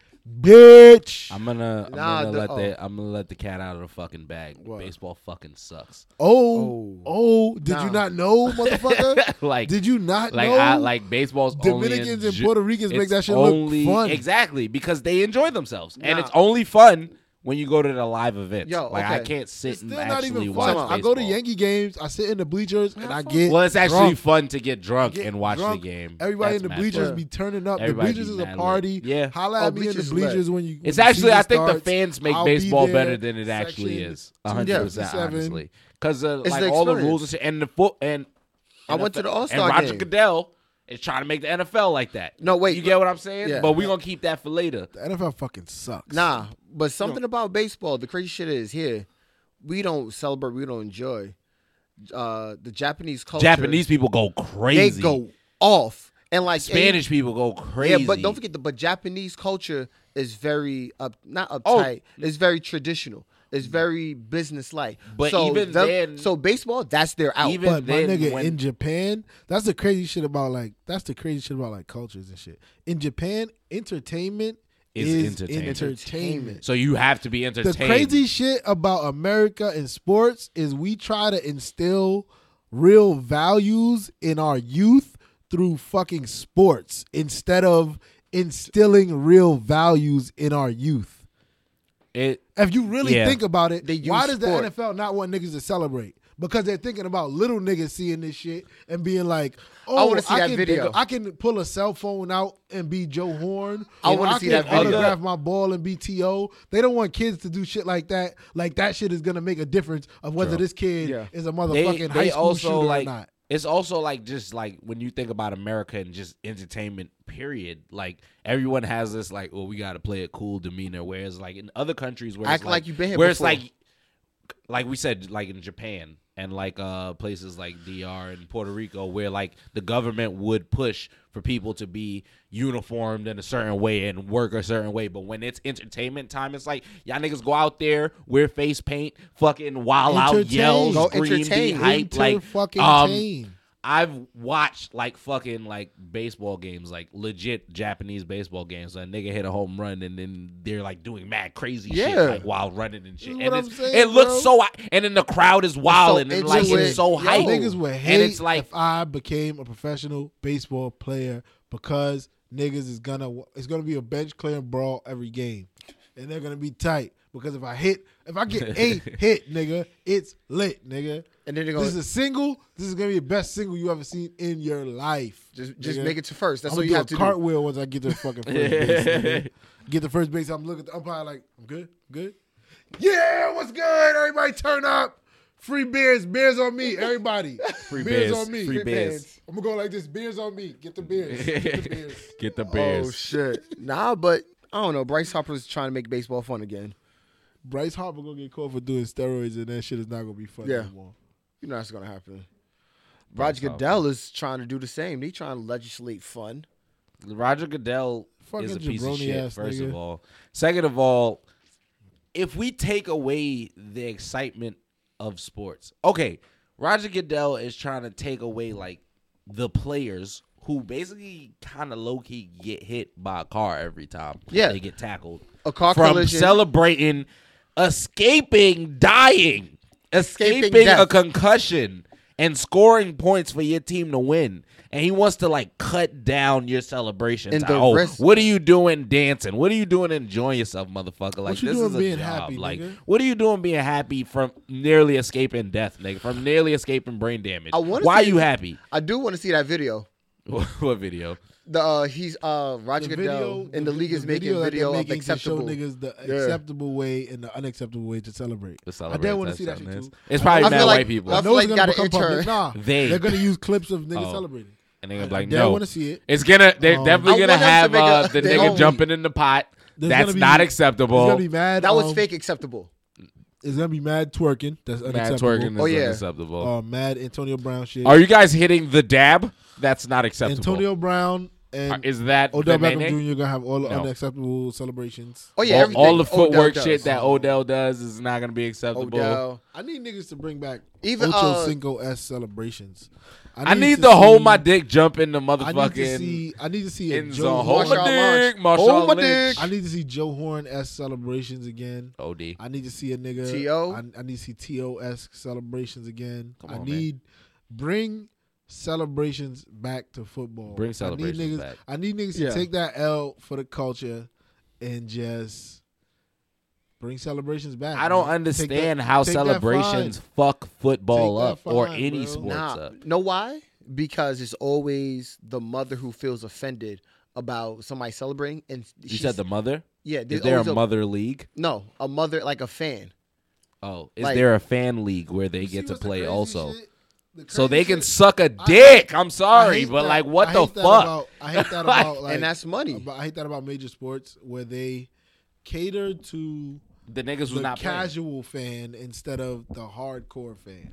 Speaker 3: bitch."
Speaker 2: I'm gonna, I'm
Speaker 1: Nah,
Speaker 2: gonna
Speaker 1: the-
Speaker 2: let the
Speaker 1: oh.
Speaker 2: I'm gonna let the cat out of the fucking bag.
Speaker 1: What?
Speaker 2: Baseball fucking sucks.
Speaker 3: oh,
Speaker 1: Oh.
Speaker 3: oh, did
Speaker 1: Nah.
Speaker 3: you not know, motherfucker?
Speaker 2: like
Speaker 3: did you not
Speaker 2: like
Speaker 3: know?
Speaker 2: I like baseball's only in
Speaker 3: Dominicans and
Speaker 2: Ju-
Speaker 3: Puerto Ricans make
Speaker 2: it's
Speaker 3: that shit look
Speaker 2: only-
Speaker 3: fun.
Speaker 2: Exactly because they enjoy themselves, and
Speaker 1: Nah.
Speaker 2: it's only fun when you go to the live events.
Speaker 1: Yo,
Speaker 2: like I
Speaker 1: okay.
Speaker 2: can't sit
Speaker 3: it's
Speaker 2: and
Speaker 3: still not
Speaker 2: actually
Speaker 3: even
Speaker 2: watch.
Speaker 3: fun.
Speaker 2: Baseball.
Speaker 3: I go to Yankee games, I sit in the bleachers, and I get
Speaker 2: Well, it's actually
Speaker 3: drunk.
Speaker 2: fun to get drunk
Speaker 3: Get
Speaker 2: and watch
Speaker 3: drunk.
Speaker 2: the game.
Speaker 3: Everybody
Speaker 2: That's
Speaker 3: in the
Speaker 2: mad
Speaker 3: bleachers
Speaker 2: fun.
Speaker 3: be turning up.
Speaker 2: Everybody
Speaker 3: the bleachers
Speaker 2: be
Speaker 3: is a
Speaker 2: mad lit.
Speaker 3: party.
Speaker 2: Yeah.
Speaker 3: Holla
Speaker 1: Oh,
Speaker 3: at me in the
Speaker 1: bleachers lit.
Speaker 3: bleaers when you. when
Speaker 2: It's
Speaker 3: the
Speaker 2: actually, I
Speaker 3: season
Speaker 2: think the
Speaker 3: starts.
Speaker 2: fans make
Speaker 3: I'll be
Speaker 2: baseball
Speaker 3: there.
Speaker 2: better than it actually
Speaker 3: Section
Speaker 2: is. A hundred percent,
Speaker 3: 257.
Speaker 2: honestly, because uh,
Speaker 1: It's
Speaker 2: like
Speaker 1: the
Speaker 2: all the
Speaker 1: experience.
Speaker 2: rules and shit, and the foot and
Speaker 1: I went to the All
Speaker 2: and
Speaker 1: Star
Speaker 2: Roger
Speaker 1: game.
Speaker 2: Goodell is trying to make the NFL like that.
Speaker 1: No, wait.
Speaker 2: you get what I'm saying?
Speaker 1: Yeah.
Speaker 2: But we are gonna keep that for later.
Speaker 3: The NFL fucking sucks.
Speaker 1: Nah, but something about baseball. The crazy shit is here. We don't celebrate. We don't enjoy. Uh, the Japanese culture.
Speaker 2: Japanese people go
Speaker 1: they
Speaker 2: crazy.
Speaker 1: go off and like and-
Speaker 2: Spanish people go crazy.
Speaker 1: Yeah, but don't forget the but Japanese culture is very up not uptight.
Speaker 2: Oh.
Speaker 1: It's very traditional. It's very business like.
Speaker 2: But
Speaker 1: so
Speaker 2: even
Speaker 1: them-
Speaker 2: then-
Speaker 1: so baseball that's their out.
Speaker 2: Even
Speaker 3: But my
Speaker 2: then
Speaker 3: nigga,
Speaker 2: when-
Speaker 3: in Japan, that's the crazy shit about like that's the crazy shit about like cultures and shit. In Japan, entertainment
Speaker 2: Is
Speaker 3: is,
Speaker 2: entertainment.
Speaker 3: entertainment.
Speaker 1: Entertainment.
Speaker 2: So you have to be
Speaker 3: The
Speaker 2: entertained.
Speaker 3: crazy shit about America and sports is we try to instill real values in our youth through fucking sports instead of instilling real values in our youth.
Speaker 2: It
Speaker 3: If you really
Speaker 2: Yeah.
Speaker 3: think about it,
Speaker 1: They use
Speaker 3: why does
Speaker 1: sport.
Speaker 3: the NFL not want niggas to celebrate? Because they're thinking about little niggas seeing this shit and being like,
Speaker 1: I
Speaker 3: "Oh, I,
Speaker 1: wanna see that
Speaker 3: can
Speaker 1: video.
Speaker 3: I can pull a cell phone out and be Joe Horn.
Speaker 1: I
Speaker 3: and
Speaker 1: wanna see
Speaker 3: can
Speaker 1: that video.
Speaker 3: Autograph my ball and BTO. They don't want kids to do shit like that. Like that shit is gonna make a difference of whether this kid
Speaker 1: Yeah.
Speaker 3: is a
Speaker 2: they,
Speaker 3: motherfucking high
Speaker 2: they
Speaker 3: school
Speaker 2: also
Speaker 3: shooter
Speaker 2: like
Speaker 3: or not.
Speaker 2: it's also like just like when you think about America and just entertainment period like everyone has this oh, like well we got to play a cool demeanor whereas like in other countries where
Speaker 1: Act
Speaker 2: it's
Speaker 1: like you've been here
Speaker 2: where it's
Speaker 1: before.
Speaker 2: like like we said, like in Japan and like uh places like DR and Puerto Rico, where like the government would push for people to be uniformed in a certain way and work a certain way. But when it's entertainment time, it's like y'all niggas go out there, wear face paint, fucking wild out,
Speaker 3: Entertain.
Speaker 2: yell,
Speaker 1: Go
Speaker 2: scream, be
Speaker 1: entertain.
Speaker 2: hype, like
Speaker 3: fucking
Speaker 2: um,
Speaker 3: team.
Speaker 2: I've watched like fucking like baseball games, like legit Japanese baseball games. Where a nigga hit a home run and then they're like doing mad crazy shit
Speaker 1: Yeah.
Speaker 2: like while running and
Speaker 3: This
Speaker 2: shit.
Speaker 3: is
Speaker 2: And
Speaker 3: what
Speaker 2: it's,
Speaker 3: I'm saying,
Speaker 2: it looks
Speaker 3: bro.
Speaker 2: so and then the crowd is wild and
Speaker 1: it's
Speaker 2: like
Speaker 1: just
Speaker 2: it's
Speaker 1: like-
Speaker 2: so
Speaker 1: yo,
Speaker 2: hype.
Speaker 3: Niggas would hate
Speaker 2: and it's like
Speaker 3: if I became a professional baseball player because niggas is gonna it's gonna be a bench clearing brawl every game, and they're gonna be tight because if I hit if I get eight hit nigga it's lit nigga.
Speaker 1: And then they're
Speaker 3: This
Speaker 1: going
Speaker 3: is a
Speaker 1: to
Speaker 3: single. This is gonna be the best single you ever seen in your life.
Speaker 1: just, just
Speaker 3: nigga.
Speaker 1: make it to first. That's
Speaker 3: I'm
Speaker 1: all
Speaker 3: gonna
Speaker 1: you
Speaker 3: do
Speaker 1: have
Speaker 3: a
Speaker 1: to do.
Speaker 3: cartwheel once I get to the fucking first base. nigga. Get the first base. I'm looking at the umpire like, I'm good, good. Yeah, what's good? Everybody turn up. Free beers, beers on me. Everybody, free
Speaker 2: beers, free beers.
Speaker 3: I'm gonna go like this. Beers on me. Get the beers. Get the beers.
Speaker 2: get the
Speaker 1: Oh,
Speaker 2: bears.
Speaker 1: shit. Nah, but I don't know. Bryce Harper's trying to make baseball fun again.
Speaker 3: Bryce Harper gonna get caught for doing steroids, and that shit is not gonna be fun
Speaker 1: Yeah.
Speaker 3: anymore.
Speaker 1: You know that's going to happen.
Speaker 2: Bryce
Speaker 1: Roger Goodell is trying to do the same. He trying to legislate fun.
Speaker 2: Roger Goodell
Speaker 3: Fucking
Speaker 2: is a piece of
Speaker 3: jabroni
Speaker 2: shit.
Speaker 3: ass
Speaker 2: first
Speaker 3: nigga.
Speaker 2: of all, second of all, if we take away the excitement of sports, okay, Roger Goodell is trying to take away like the players who basically kind of low key get hit by a car every time
Speaker 1: Yeah.
Speaker 2: they get tackled
Speaker 1: A car
Speaker 2: from
Speaker 1: collision.
Speaker 2: celebrating, escaping, dying, escaping,
Speaker 1: Escaping
Speaker 2: a
Speaker 1: death.
Speaker 2: concussion, and scoring points for your team to win. And he wants to like cut down your celebration.
Speaker 1: And the
Speaker 2: oh,
Speaker 1: risk-
Speaker 2: what are you doing dancing? What are you doing enjoying yourself, motherfucker? Like
Speaker 3: you
Speaker 2: this
Speaker 3: doing
Speaker 2: is a
Speaker 3: being
Speaker 2: job.
Speaker 3: happy,
Speaker 2: like
Speaker 3: nigga?
Speaker 2: what are you doing being happy from nearly escaping death, nigga? From nearly escaping brain damage.
Speaker 1: I wanna
Speaker 2: Why are
Speaker 1: say-
Speaker 2: you happy?
Speaker 1: I do want to see that video.
Speaker 2: what video?
Speaker 1: The uh, he's uh Roger
Speaker 3: The
Speaker 1: Goodell and the
Speaker 3: vi-
Speaker 1: league is making
Speaker 3: that they're
Speaker 1: video of
Speaker 3: making to
Speaker 1: acceptable.
Speaker 3: Show niggas the
Speaker 1: Yeah.
Speaker 3: acceptable way and the unacceptable way to celebrate.
Speaker 2: The
Speaker 3: I did want
Speaker 2: celebrate
Speaker 3: to see that shit
Speaker 2: touchdown
Speaker 3: too.
Speaker 2: dance. It's probably
Speaker 1: I
Speaker 2: mad
Speaker 1: feel like-
Speaker 2: white people,
Speaker 1: I
Speaker 3: I
Speaker 1: feel
Speaker 3: know
Speaker 1: like
Speaker 3: it's
Speaker 1: you
Speaker 3: gonna
Speaker 1: gotta
Speaker 3: become public.
Speaker 1: intern.
Speaker 3: Nah,
Speaker 2: They.
Speaker 3: they. are gonna use clips of niggas
Speaker 2: Oh.
Speaker 3: celebrating.
Speaker 2: and they're gonna be
Speaker 3: I- I
Speaker 2: like,
Speaker 3: did
Speaker 2: no,
Speaker 3: wanna see it.
Speaker 2: It's gonna they're
Speaker 3: Um,
Speaker 1: I
Speaker 2: definitely gonna
Speaker 1: want them to
Speaker 2: have
Speaker 1: make a-
Speaker 2: uh, the
Speaker 1: they
Speaker 2: nigga
Speaker 1: only-
Speaker 2: jumping in the pot.
Speaker 3: There's
Speaker 2: That's
Speaker 3: gonna be-
Speaker 2: not
Speaker 3: It's
Speaker 2: acceptable.
Speaker 3: gonna be mad.
Speaker 1: That was
Speaker 3: um,
Speaker 1: fake acceptable.
Speaker 3: It's gonna be mad twerking. That's
Speaker 2: Mad
Speaker 3: unacceptable.
Speaker 2: twerking is
Speaker 1: Oh, yeah.
Speaker 2: unacceptable.
Speaker 3: Uh, mad Antonio Brown shit.
Speaker 2: Are you guys hitting the dab? That's not acceptable.
Speaker 3: Antonio Brown and
Speaker 2: Uh, is that
Speaker 3: Odell
Speaker 2: the
Speaker 3: Beckham
Speaker 2: nene?
Speaker 3: Jr. gonna have all the
Speaker 2: No.
Speaker 3: unacceptable celebrations.
Speaker 1: Oh yeah,
Speaker 2: all,
Speaker 1: everything
Speaker 2: all the footwork
Speaker 1: Odell
Speaker 2: shit
Speaker 1: does.
Speaker 2: that Odell does is not gonna be acceptable.
Speaker 1: Odell.
Speaker 3: I need niggas to bring back
Speaker 1: Even,
Speaker 3: Ocho
Speaker 1: uh,
Speaker 3: Cinco S celebrations.
Speaker 2: I need
Speaker 3: to
Speaker 2: to hold my
Speaker 3: see-
Speaker 2: dick jump in the
Speaker 3: I need to
Speaker 2: motherfucking
Speaker 3: see. I need to see a
Speaker 2: in
Speaker 3: Joe
Speaker 2: zone.
Speaker 3: Horn-
Speaker 2: Hold my
Speaker 1: Marshawn
Speaker 2: dick,
Speaker 1: Lynch.
Speaker 2: Marshawn
Speaker 1: Hold my
Speaker 2: Lynch.
Speaker 3: I need to see Joe Horn S celebrations again.
Speaker 2: Od.
Speaker 3: I need to see a nigga.
Speaker 1: T.O.?
Speaker 3: I, I need to see T.O. esque celebrations again.
Speaker 2: Come
Speaker 3: I
Speaker 2: on, man.
Speaker 3: need bring celebrations back to football.
Speaker 2: Bring
Speaker 3: I need niggas,
Speaker 2: celebrations back.
Speaker 3: I need niggas
Speaker 1: Yeah.
Speaker 3: to take that L for the culture and just bring celebrations back.
Speaker 2: I don't
Speaker 3: man. Take that-
Speaker 2: understand how
Speaker 3: take that
Speaker 2: celebrations
Speaker 3: fine.
Speaker 2: fuck football
Speaker 3: Take that
Speaker 2: up or
Speaker 3: fine,
Speaker 2: any
Speaker 3: bro.
Speaker 2: sports
Speaker 1: Nah,
Speaker 2: up.
Speaker 1: know why? Because it's always the mother who feels offended about somebody celebrating, and
Speaker 2: You
Speaker 1: she's-
Speaker 2: said the mother?
Speaker 1: yeah.
Speaker 2: Is
Speaker 1: There's
Speaker 2: there a
Speaker 1: always a
Speaker 2: mother league?
Speaker 1: No, a mother like a fan.
Speaker 2: Oh, is
Speaker 1: Like-
Speaker 2: there a fan league where they
Speaker 3: You see
Speaker 2: get to
Speaker 3: what's the
Speaker 2: play
Speaker 3: crazy
Speaker 2: also?
Speaker 3: shit? The
Speaker 2: So they
Speaker 3: crazy
Speaker 2: can
Speaker 3: shit-
Speaker 2: suck a
Speaker 3: I-
Speaker 2: dick. I'm
Speaker 3: I
Speaker 2: sorry,
Speaker 3: hate
Speaker 2: but
Speaker 3: that-
Speaker 2: like, what
Speaker 3: I
Speaker 2: the
Speaker 3: hate that
Speaker 2: fuck?
Speaker 3: about- I hate that about like
Speaker 1: and that's money.
Speaker 3: About, I hate that about major sports where they cater to
Speaker 2: the niggas was
Speaker 3: the
Speaker 2: not playing.
Speaker 3: casual fan instead of the hardcore fan.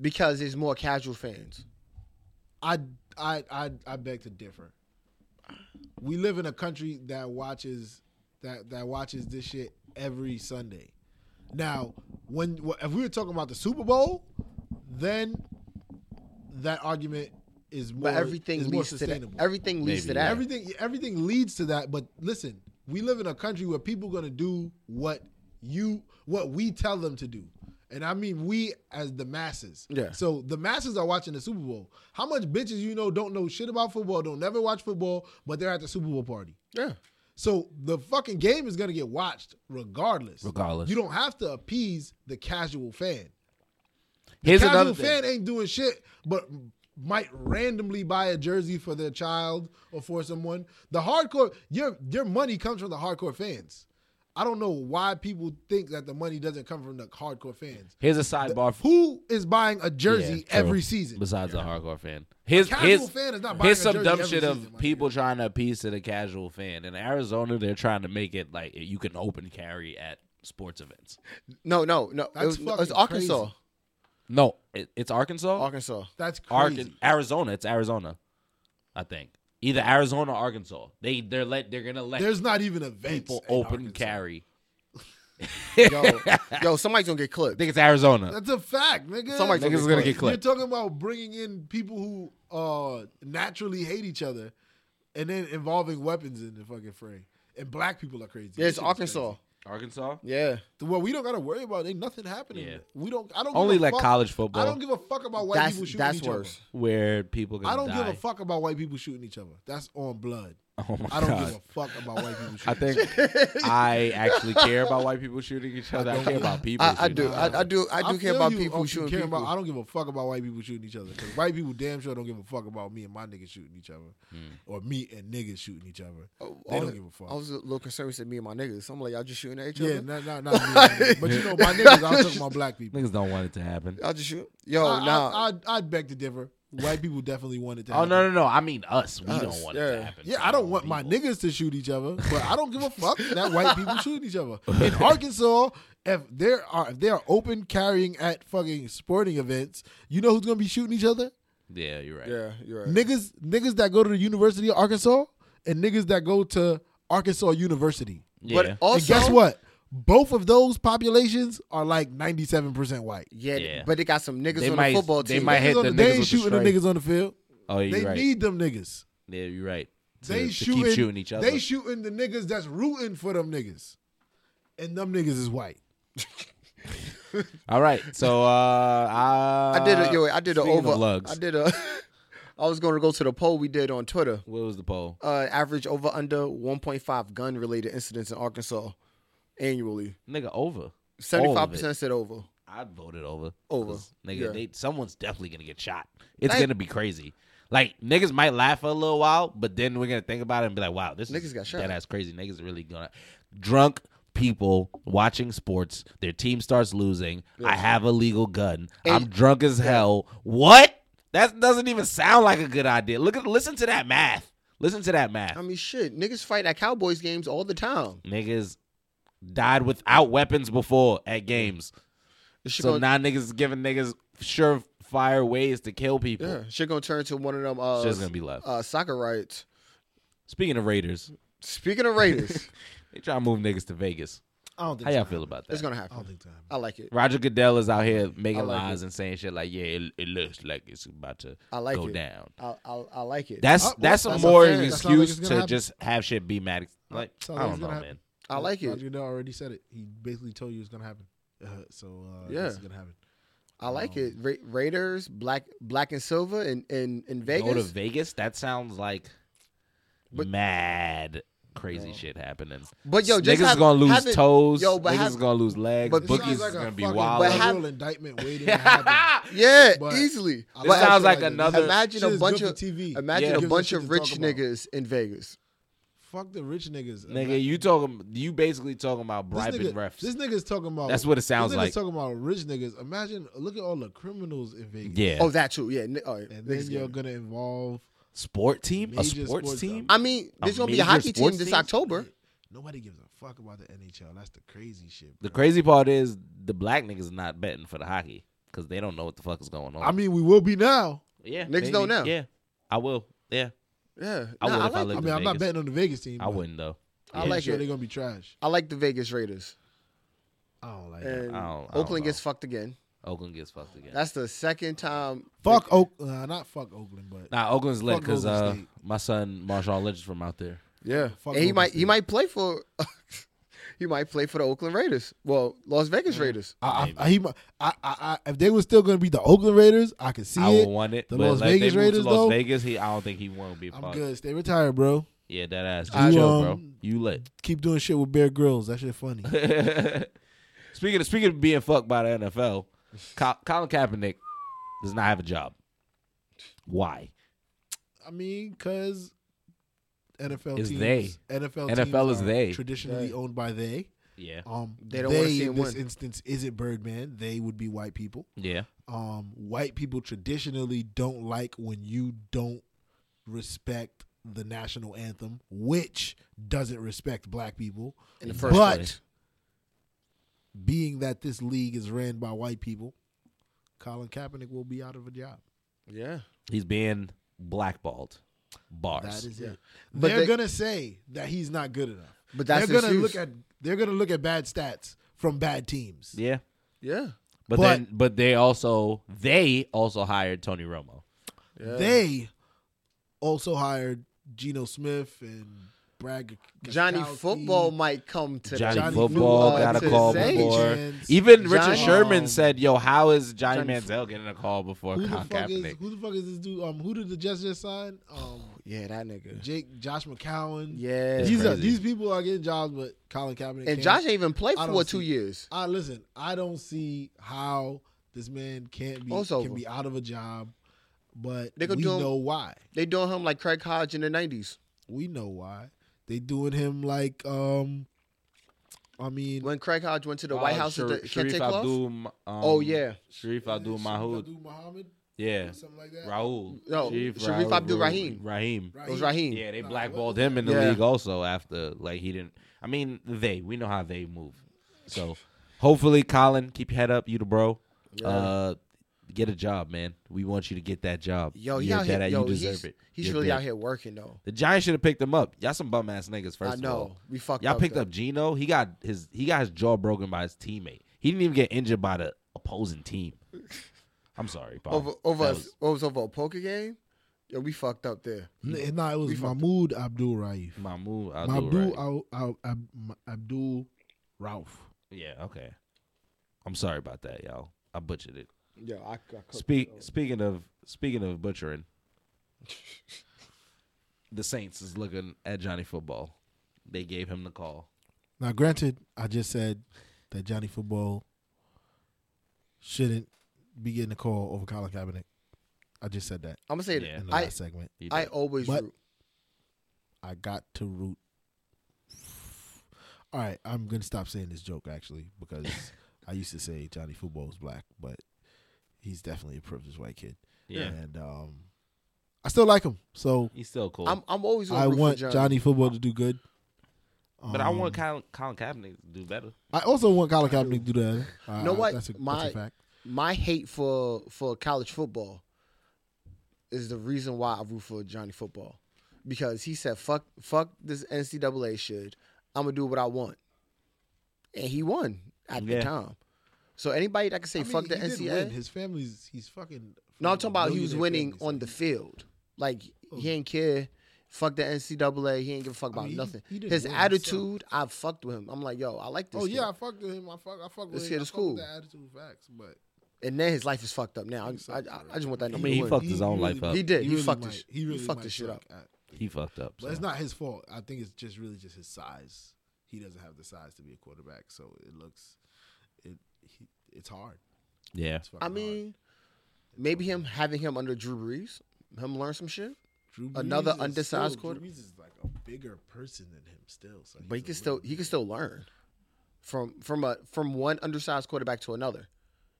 Speaker 1: because there's more casual fans.
Speaker 3: I I I I beg to differ. We live in a country that watches that that watches this shit every Sunday. Now, when if we were talking about the Super Bowl, then that argument is more
Speaker 1: But everything
Speaker 3: is more
Speaker 1: leads to that.
Speaker 3: sustainable.
Speaker 1: Everything leads to
Speaker 2: Maybe,
Speaker 1: that.
Speaker 2: yeah.
Speaker 3: everything everything leads to that but listen we live in a country where people gonna do what you what we tell them to do and i mean we as the masses
Speaker 1: Yeah.
Speaker 3: so the masses are watching the super bowl how much bitches you know don't know shit about football don't never watch football but they're at the super bowl party
Speaker 1: yeah.
Speaker 3: so the fucking game is gonna get watched regardless
Speaker 2: Regardless.
Speaker 3: you don't have to appease the casual fan
Speaker 2: Here's another
Speaker 3: casual
Speaker 2: thing.
Speaker 3: fan ain't doing shit, but might randomly buy a jersey for their child or for someone. The hardcore your your money comes from the hardcore fans. I don't know why people think that the money doesn't come from the hardcore fans.
Speaker 2: Here's a sidebar. for
Speaker 3: Who is buying a jersey
Speaker 2: Yeah, true.
Speaker 3: every season?
Speaker 2: Besides a hardcore fan, his
Speaker 3: casual
Speaker 2: his
Speaker 3: fan is not buying
Speaker 2: here's
Speaker 3: a
Speaker 2: some
Speaker 3: jersey
Speaker 2: dumb
Speaker 3: every
Speaker 2: shit of
Speaker 3: season, my
Speaker 2: people
Speaker 3: nigga.
Speaker 2: trying to appease to the casual fan. In Arizona, they're trying to make it like you can open carry at sports events.
Speaker 1: No, no, no. It
Speaker 3: That's
Speaker 1: was, no, it's
Speaker 3: fucking
Speaker 1: Arkansas.
Speaker 3: crazy.
Speaker 2: No, it, it's Arkansas,
Speaker 1: Arkansas.
Speaker 3: That's crazy.
Speaker 2: Arkansas, Arizona. It's Arizona, I think. Either Arizona or Arkansas. They they're let they're gonna let
Speaker 3: There's not even events.
Speaker 2: people
Speaker 3: in
Speaker 2: open
Speaker 3: Arkansas.
Speaker 2: carry.
Speaker 1: Yo, yo, somebody's gonna get
Speaker 2: I
Speaker 1: clipped.
Speaker 2: think it's Arizona.
Speaker 3: That's a fact, nigga.
Speaker 1: Somebody's
Speaker 2: Niggas is gonna get
Speaker 3: You're
Speaker 2: clipped.
Speaker 3: talking about bringing in people who uh, naturally hate each other, and then involving weapons in the fucking fray. And black people are crazy.
Speaker 1: Yeah,
Speaker 3: That
Speaker 1: it's
Speaker 3: shit is
Speaker 1: Arkansas.
Speaker 2: Arkansas.
Speaker 1: Yeah.
Speaker 3: crazy. Well, we don't gotta worry about it. Ain't nothing happening.
Speaker 2: Yeah.
Speaker 3: We don't. I don't
Speaker 2: Only
Speaker 3: give a
Speaker 2: like
Speaker 3: fuck.
Speaker 2: college
Speaker 3: I don't
Speaker 2: football
Speaker 3: give a fuck about white people
Speaker 1: That's
Speaker 3: shooting
Speaker 1: that's
Speaker 3: each
Speaker 1: worse.
Speaker 2: where people.
Speaker 3: other.
Speaker 2: Gonna
Speaker 3: I don't give
Speaker 2: die.
Speaker 3: a fuck about white people shooting each other. That's on blood.
Speaker 2: Oh my
Speaker 3: I don't
Speaker 2: god.
Speaker 3: give a fuck about white people shooting.
Speaker 2: I think I actually care about white people shooting each other. I,
Speaker 3: don't
Speaker 2: care
Speaker 3: either.
Speaker 2: about people.
Speaker 1: I, I
Speaker 2: shooting
Speaker 1: do.
Speaker 2: each
Speaker 1: I, I
Speaker 2: other.
Speaker 1: do. I do care
Speaker 3: feel
Speaker 1: about
Speaker 3: you,
Speaker 1: people
Speaker 3: Uncle,
Speaker 1: shooting
Speaker 3: care
Speaker 1: people.
Speaker 3: About, I don't give a fuck about white people shooting each other. 'cause white people damn sure don't give a fuck about me and my niggas shooting each other,
Speaker 2: Hmm.
Speaker 3: or me and niggas shooting each other.
Speaker 1: Oh,
Speaker 3: They
Speaker 1: I
Speaker 3: don't
Speaker 1: was-
Speaker 3: give a fuck.
Speaker 1: I was a little concerned. You said me and my niggas. So I'm like, y'all just shooting at each
Speaker 3: yeah,
Speaker 1: other.
Speaker 3: not, not, not me. and my niggas. But you know, my niggas, I took my black people.
Speaker 2: Niggas don't want it to happen.
Speaker 1: Y'all just shoot. Yo,
Speaker 3: I,
Speaker 1: nah.
Speaker 3: I, I'd, I'd beg to differ. White people definitely wanted to.
Speaker 2: Oh
Speaker 3: happen.
Speaker 2: no no no! I mean us. We
Speaker 1: Us,
Speaker 2: don't want it
Speaker 1: yeah.
Speaker 2: to happen.
Speaker 3: Yeah, I don't want my
Speaker 2: People.
Speaker 3: niggas to shoot each other, but I don't give a fuck that white people shooting each other. In Arkansas, if there are if they are open carrying at fucking sporting events, you know who's gonna be shooting each other?
Speaker 2: Yeah, you're right.
Speaker 1: yeah, you're right.
Speaker 3: Niggas niggas that go to the University of Arkansas and niggas that go to Arkansas University.
Speaker 2: Yeah.
Speaker 1: But also,
Speaker 3: and guess what? Both of those populations are like ninety seven percent white.
Speaker 1: Yeah,
Speaker 2: Yeah.
Speaker 1: but they got some niggas
Speaker 2: They
Speaker 1: on
Speaker 2: might-
Speaker 1: the football
Speaker 2: they
Speaker 1: team.
Speaker 2: might- I hate
Speaker 3: Niggas on
Speaker 2: the
Speaker 3: they
Speaker 2: niggas
Speaker 3: ain't
Speaker 2: with the
Speaker 3: shooting the
Speaker 2: strike.
Speaker 3: niggas on the field.
Speaker 2: oh, you're
Speaker 3: they
Speaker 2: right.
Speaker 3: need them niggas.
Speaker 2: yeah, you're right. To,
Speaker 3: they
Speaker 2: to
Speaker 3: shooting,
Speaker 2: keep shooting each other.
Speaker 3: They shooting the niggas that's rooting for them niggas, and them niggas is white.
Speaker 2: All right. So uh, I,
Speaker 1: I did a yo. I did a
Speaker 2: Uh, speaking of
Speaker 1: over.
Speaker 2: lugs.
Speaker 1: I did a. I was going to go to the poll we did on Twitter.
Speaker 2: What was the poll?
Speaker 1: Uh, average over under 1.5 gun related incidents in Arkansas annually.
Speaker 2: Nigga over.
Speaker 1: 75
Speaker 2: All of
Speaker 1: percent said over.
Speaker 2: I voted over.
Speaker 1: Over.
Speaker 2: 'Cause, Nigga,
Speaker 1: Yeah.
Speaker 2: they, someone's definitely gonna get shot. It's
Speaker 1: Thank-
Speaker 2: gonna be crazy. Like niggas might laugh for a little while, but then we're gonna think about it and be like, "Wow, this is
Speaker 1: Niggas got shot.
Speaker 2: That ass crazy. Niggas are really gonna drunk people watching sports. Their team starts losing. I have a legal gun. I'm drunk as hell. What? That doesn't even sound like a good idea. Look at listen to that math. Listen to that math.
Speaker 1: I mean, shit, niggas fight at Cowboys games all the time.
Speaker 2: niggas died without weapons before at games.
Speaker 1: This shit
Speaker 2: So
Speaker 1: gonna-
Speaker 2: now niggas is giving niggas surefire ways to kill people.
Speaker 1: yeah, shit gonna turn to one of them uh,
Speaker 2: Shit's gonna be left.
Speaker 1: uh, soccer riots.
Speaker 2: Speaking of Raiders,
Speaker 1: Speaking of Raiders,
Speaker 2: they try to move niggas to Vegas.
Speaker 3: I don't think.
Speaker 2: How y'all
Speaker 3: so.
Speaker 2: feel about
Speaker 1: it's
Speaker 2: that?
Speaker 1: gonna
Speaker 3: I don't
Speaker 1: happen.
Speaker 3: think so.
Speaker 1: I like it.
Speaker 2: Roger Goodell is out here making
Speaker 1: I like
Speaker 2: lies and saying shit like, "Yeah, it, it looks like it's about to
Speaker 1: I like
Speaker 2: go
Speaker 1: it. Uh,
Speaker 2: down."
Speaker 1: I, I, I like it.
Speaker 2: That's
Speaker 3: Uh, well,
Speaker 2: that's a
Speaker 3: that's
Speaker 2: more
Speaker 3: unfair. That sounds like
Speaker 2: excuse
Speaker 3: it's gonna
Speaker 2: to
Speaker 3: happen.
Speaker 2: just have shit be mad.
Speaker 1: Uh,
Speaker 2: Like
Speaker 3: Sounds
Speaker 2: I
Speaker 3: like
Speaker 2: don't
Speaker 3: it's
Speaker 2: know,
Speaker 3: gonna
Speaker 2: man.
Speaker 3: happen.
Speaker 1: I like it.
Speaker 3: Roger Goodell already said it. He basically told you it's gonna happen. Uh, so uh,
Speaker 1: Yeah.
Speaker 3: it's gonna happen.
Speaker 1: I like
Speaker 3: Um,
Speaker 1: it. Ra- Raiders, black, black and silver, in in, in Vegas.
Speaker 2: Go to Vegas. That sounds like
Speaker 1: But-
Speaker 2: mad crazy shit happening.
Speaker 1: But yo, just
Speaker 2: niggas
Speaker 1: have-
Speaker 2: gonna lose
Speaker 1: having-
Speaker 2: toes.
Speaker 1: yo,
Speaker 2: niggas
Speaker 1: but have-
Speaker 2: gonna lose legs.
Speaker 1: but
Speaker 2: But
Speaker 3: It
Speaker 1: Bookies
Speaker 2: bookies
Speaker 3: sounds like
Speaker 2: is
Speaker 3: a
Speaker 2: gonna be
Speaker 3: fucking
Speaker 2: wild.
Speaker 1: But
Speaker 3: federal
Speaker 1: have-
Speaker 3: indictment waiting to happen.
Speaker 1: Yeah,
Speaker 3: But-
Speaker 1: easily.
Speaker 3: I
Speaker 2: This
Speaker 1: But
Speaker 3: that
Speaker 2: sounds
Speaker 3: shit
Speaker 2: like
Speaker 3: that.
Speaker 2: another-
Speaker 1: Imagine
Speaker 3: Shit
Speaker 1: a
Speaker 3: is
Speaker 1: bunch
Speaker 3: good
Speaker 1: of-
Speaker 3: for TV.
Speaker 1: imagine
Speaker 2: Yeah.
Speaker 1: a
Speaker 3: Gives us
Speaker 1: bunch
Speaker 3: shit
Speaker 1: of
Speaker 3: to talk
Speaker 1: rich
Speaker 3: about.
Speaker 1: niggas in Vegas.
Speaker 3: Fuck the rich niggas,
Speaker 2: Nigga, you talking? You basically talking about bribing
Speaker 3: this nigga,
Speaker 2: refs?
Speaker 3: This nigga's talking about.
Speaker 2: That's what it sounds
Speaker 3: this nigga's
Speaker 2: like.
Speaker 3: Talking about rich niggas. Imagine, look at all the criminals in Vegas.
Speaker 2: yeah.
Speaker 1: Oh, that too. Yeah. ni- all right,
Speaker 3: and
Speaker 1: niggas
Speaker 3: then you're
Speaker 1: get it.
Speaker 3: gonna involve.
Speaker 2: sport team? A
Speaker 3: Major
Speaker 2: sports
Speaker 3: sports
Speaker 2: team?
Speaker 1: I mean,
Speaker 2: A
Speaker 1: there's gonna be a
Speaker 2: major
Speaker 1: hockey team
Speaker 2: sports
Speaker 1: this
Speaker 2: team?
Speaker 1: October.
Speaker 3: Nobody gives a fuck about the NHL. That's the crazy shit.
Speaker 2: The
Speaker 3: bro.
Speaker 2: crazy part is the black niggas not betting for the hockey because they don't know what the fuck is going on.
Speaker 3: I mean, we will be now.
Speaker 2: yeah,
Speaker 1: niggas don't know.
Speaker 2: Yeah, I will. Yeah,
Speaker 1: Yeah.
Speaker 2: I
Speaker 1: Nah,
Speaker 2: would
Speaker 1: I,
Speaker 2: if
Speaker 1: like,
Speaker 2: I lived
Speaker 3: I
Speaker 2: in
Speaker 3: mean, I'm not
Speaker 2: Vegas.
Speaker 3: betting on the Vegas team.
Speaker 2: I
Speaker 3: but
Speaker 2: wouldn't though.
Speaker 1: I
Speaker 3: I'm
Speaker 1: like
Speaker 3: sure
Speaker 1: it.
Speaker 3: they're gonna be trash.
Speaker 1: I like the Vegas Raiders.
Speaker 3: I don't like that.
Speaker 1: And
Speaker 2: I don't- I don't
Speaker 1: Oakland
Speaker 2: know.
Speaker 1: gets fucked again.
Speaker 2: Oakland gets fucked again.
Speaker 1: That's the second time.
Speaker 3: Fuck Oak. Uh, not fuck Oakland, but
Speaker 2: nah, Oakland's lit
Speaker 3: Fuck
Speaker 2: because
Speaker 3: Golden
Speaker 2: uh,
Speaker 3: State.
Speaker 2: my son Marshawn Lynch is from out there.
Speaker 1: Yeah.
Speaker 3: Fuck
Speaker 1: and he
Speaker 3: Golden
Speaker 1: might he
Speaker 3: State.
Speaker 1: might play for he might play for the Oakland Raiders. Well, Las Vegas Raiders.
Speaker 3: I,
Speaker 2: Maybe.
Speaker 3: I, I, he, mi- I, I, I, if they were still gonna be the Oakland Raiders, I could see
Speaker 2: I
Speaker 3: it.
Speaker 2: would want it.
Speaker 3: The
Speaker 2: but
Speaker 3: Las
Speaker 2: like,
Speaker 3: Vegas
Speaker 2: they moved
Speaker 3: Raiders,
Speaker 2: to Las
Speaker 3: though?
Speaker 2: Vegas. He, I don't think he won't be. a
Speaker 3: I'm
Speaker 2: part.
Speaker 3: good. Stay retired, bro.
Speaker 2: Yeah, that ass. Just
Speaker 3: I-
Speaker 2: chill, bro.
Speaker 3: um,
Speaker 2: You lit.
Speaker 3: Keep doing shit with Bear Grylls. That shit funny.
Speaker 2: speaking of, speaking of being fucked by the NFL, Col- Colin Kaepernick does not have a job. Why?
Speaker 3: I mean, cause NFL
Speaker 2: It's
Speaker 3: teams,
Speaker 2: they.
Speaker 3: NFL,
Speaker 2: NFL
Speaker 3: teams
Speaker 2: is
Speaker 3: are
Speaker 2: they.
Speaker 3: traditionally
Speaker 1: They.
Speaker 3: owned by they.
Speaker 2: Yeah.
Speaker 3: Um,
Speaker 1: They don't wanna
Speaker 3: they
Speaker 1: see
Speaker 3: in
Speaker 1: him
Speaker 3: this
Speaker 1: win.
Speaker 3: instance is it Birdman. They would be white people.
Speaker 2: Yeah.
Speaker 3: Um, white people traditionally don't like when you don't respect the national anthem, which doesn't respect black people.
Speaker 1: In the
Speaker 2: But-
Speaker 1: first place.
Speaker 3: being that this league is ran by white people, Colin Kaepernick will be out of a job.
Speaker 1: Yeah.
Speaker 2: He's being blackballed. Bars.
Speaker 3: That is it.
Speaker 1: But
Speaker 3: they're
Speaker 1: they-
Speaker 3: gonna say that he's not good enough.
Speaker 1: But that's
Speaker 3: they're gonna
Speaker 1: excuse.
Speaker 3: look at they're gonna look at bad stats from bad teams.
Speaker 2: yeah.
Speaker 1: Yeah.
Speaker 2: But,
Speaker 3: But-
Speaker 2: then but they also they also hired Tony Romo.
Speaker 1: yeah.
Speaker 3: They also hired Geno Smith and Brad
Speaker 1: Johnny
Speaker 3: Gostkowski,
Speaker 1: Football might come to
Speaker 2: Johnny,
Speaker 3: Johnny
Speaker 2: Football
Speaker 3: Football
Speaker 2: got a
Speaker 1: to
Speaker 2: call
Speaker 1: Zay.
Speaker 2: before.
Speaker 3: Chance.
Speaker 2: Even Richard
Speaker 1: Johnny-
Speaker 2: Sherman
Speaker 1: um,
Speaker 2: said, "Yo, how is Johnny,
Speaker 1: Johnny F-
Speaker 2: Manziel getting a call before
Speaker 3: Who the
Speaker 2: Colin
Speaker 3: fuck is
Speaker 2: Kaepernick?"
Speaker 3: who the fuck is this dude? Um, who did the Jets just sign? Um,
Speaker 1: Yeah, that nigga.
Speaker 3: Jake Josh McCown.
Speaker 1: Yeah.
Speaker 3: these are
Speaker 2: crazy.
Speaker 3: these people are getting jobs, but Colin Kaepernick
Speaker 1: and
Speaker 3: can't.
Speaker 1: Josh ain't even played
Speaker 3: I
Speaker 1: for
Speaker 3: don't
Speaker 1: what, two
Speaker 3: see-
Speaker 1: years.
Speaker 3: I listen. I don't see how this man can't be
Speaker 1: Also-
Speaker 3: can be out of a job, but
Speaker 1: They could
Speaker 3: we
Speaker 1: do him-
Speaker 3: know why.
Speaker 1: They doing him like Craig Hodge in the nineties
Speaker 3: We know why they doing him like um. I mean,
Speaker 1: when Craig Hodge went to the
Speaker 2: Uh,
Speaker 1: White House
Speaker 2: Sher-
Speaker 1: at the
Speaker 2: Sharif
Speaker 1: Kente Cloth.
Speaker 2: Abdul, um,
Speaker 1: Oh, yeah.
Speaker 2: Sharif Abdul Mahood.
Speaker 3: Muhammad,
Speaker 2: Yeah,
Speaker 3: something like that.
Speaker 2: Raul.
Speaker 1: No, Sharif
Speaker 2: Raul-
Speaker 1: Abdul Rahim.
Speaker 2: Rahim.
Speaker 1: It was Raheem.
Speaker 2: Yeah, they
Speaker 3: Nah,
Speaker 2: blackballed
Speaker 3: what the
Speaker 2: him in the
Speaker 1: Yeah.
Speaker 2: league also after like he didn't. I mean, they. We know how they move. So hopefully, Colin, keep your head up. You the bro. Uh, get a job, man. We want you to get that job.
Speaker 1: Yo, he
Speaker 2: You're
Speaker 1: out here.
Speaker 2: dead at-
Speaker 1: yo,
Speaker 2: you deserve
Speaker 1: he's,
Speaker 2: it.
Speaker 1: he's
Speaker 2: You're
Speaker 1: really
Speaker 2: dead.
Speaker 1: out here working though.
Speaker 2: The Giants should have picked him up. Y'all some bum ass niggas. First
Speaker 1: I
Speaker 2: of
Speaker 1: know.
Speaker 2: all,
Speaker 1: We fucked
Speaker 2: y'all
Speaker 1: up.
Speaker 2: picked
Speaker 1: though.
Speaker 2: up Gino. He got his he got his jaw broken by his teammate. He didn't even get injured by the opposing team. I'm sorry, Bob.
Speaker 1: over over
Speaker 2: That
Speaker 1: us.
Speaker 2: was-
Speaker 1: It was over a poker game. Yo, we fucked up there.
Speaker 3: N- nah, it
Speaker 1: We
Speaker 3: was
Speaker 1: fucked up.
Speaker 3: Mahmoud Abdul Raif.
Speaker 2: Mahmoud
Speaker 3: Mahmoud
Speaker 2: Abdul. Right.
Speaker 3: Al- Al- Ab- Ma- Abdul Rauf.
Speaker 2: Yeah, okay. I'm sorry about that, y'all. I butchered it.
Speaker 1: Yo, I, I cooked,
Speaker 2: Speak,
Speaker 1: yo.
Speaker 2: speaking of speaking of butchering, the Saints is looking at Johnny Football. They gave him the call.
Speaker 3: Now, granted, I just said that Johnny Football shouldn't be getting a call over Colin Kaepernick. I just said that
Speaker 1: I'm gonna say
Speaker 2: Yeah.
Speaker 1: that
Speaker 3: in the
Speaker 1: I
Speaker 3: last segment.
Speaker 2: He
Speaker 1: I
Speaker 2: did.
Speaker 1: always
Speaker 3: But-
Speaker 1: root.
Speaker 3: I got to root. All right, I'm gonna stop saying this joke actually because I used to say Johnny Football is black, but he's definitely a privileged white kid,
Speaker 2: yeah.
Speaker 3: and um, I still like him. So
Speaker 2: He's still cool.
Speaker 1: I'm I'm always. gonna
Speaker 3: I
Speaker 1: root for
Speaker 3: want
Speaker 1: Johnny.
Speaker 3: Johnny. Football to do good,
Speaker 2: but I want
Speaker 3: Um,
Speaker 2: Colin, Colin Kaepernick to do better.
Speaker 3: I also want Colin
Speaker 1: I
Speaker 3: Kaepernick to do that. Uh,
Speaker 1: know what?
Speaker 3: That's a,
Speaker 1: My-
Speaker 3: that's a fact.
Speaker 1: My hate for for college football is the reason why I root for Johnny Football because he said fuck fuck this NCAA shit. I'm gonna do what I want, and he won at
Speaker 2: Yeah.
Speaker 1: the time. So anybody that can say
Speaker 3: I mean,
Speaker 1: fuck the
Speaker 3: he did win.
Speaker 1: NCAA,
Speaker 3: His family's he's fucking.
Speaker 1: no, I'm talking about he was
Speaker 3: millionaire
Speaker 1: winning
Speaker 3: family, so
Speaker 1: on the field. Like he ain't care. Fuck the NCAA. He ain't give a fuck
Speaker 3: I
Speaker 1: about
Speaker 3: mean, he-
Speaker 1: nothing.
Speaker 3: he didn't
Speaker 1: His
Speaker 3: win, so-
Speaker 1: attitude, I fucked with him. I'm like, yo, I like this.
Speaker 3: Oh
Speaker 1: kid.
Speaker 3: yeah, I fucked with him. I fuck. I fucked with
Speaker 1: This
Speaker 3: him.
Speaker 1: kid
Speaker 3: I
Speaker 1: is
Speaker 3: fuck with
Speaker 1: cool.
Speaker 3: The attitude facts, but
Speaker 1: And then his life is fucked up now. I, I, I, I just want that.
Speaker 2: I
Speaker 1: nigga
Speaker 2: mean, he
Speaker 1: to win.
Speaker 2: fucked his own life up.
Speaker 1: He did. He fucked
Speaker 3: might.
Speaker 1: the sh-
Speaker 3: He
Speaker 1: he
Speaker 3: really
Speaker 1: fucked
Speaker 3: might
Speaker 1: the shit
Speaker 3: suck at-
Speaker 2: He fucked up.
Speaker 3: But
Speaker 2: so.
Speaker 3: it's not his fault. I think it's just really just his size. He doesn't have the size to be a quarterback, so it looks it. He, it's hard.
Speaker 2: Yeah.
Speaker 3: It's
Speaker 1: I
Speaker 3: fucking
Speaker 1: mean, maybe him having him under Drew Brees, him learn some shit.
Speaker 3: hard. Drew
Speaker 1: another
Speaker 3: Brees is
Speaker 1: undersized
Speaker 3: still-
Speaker 1: quarter-
Speaker 3: Drew Brees is like a bigger person than him still. So
Speaker 1: But he
Speaker 3: he's
Speaker 1: can
Speaker 3: a
Speaker 1: still
Speaker 3: little
Speaker 1: he can
Speaker 3: bit-
Speaker 1: still learn from from a from one undersized quarterback to another.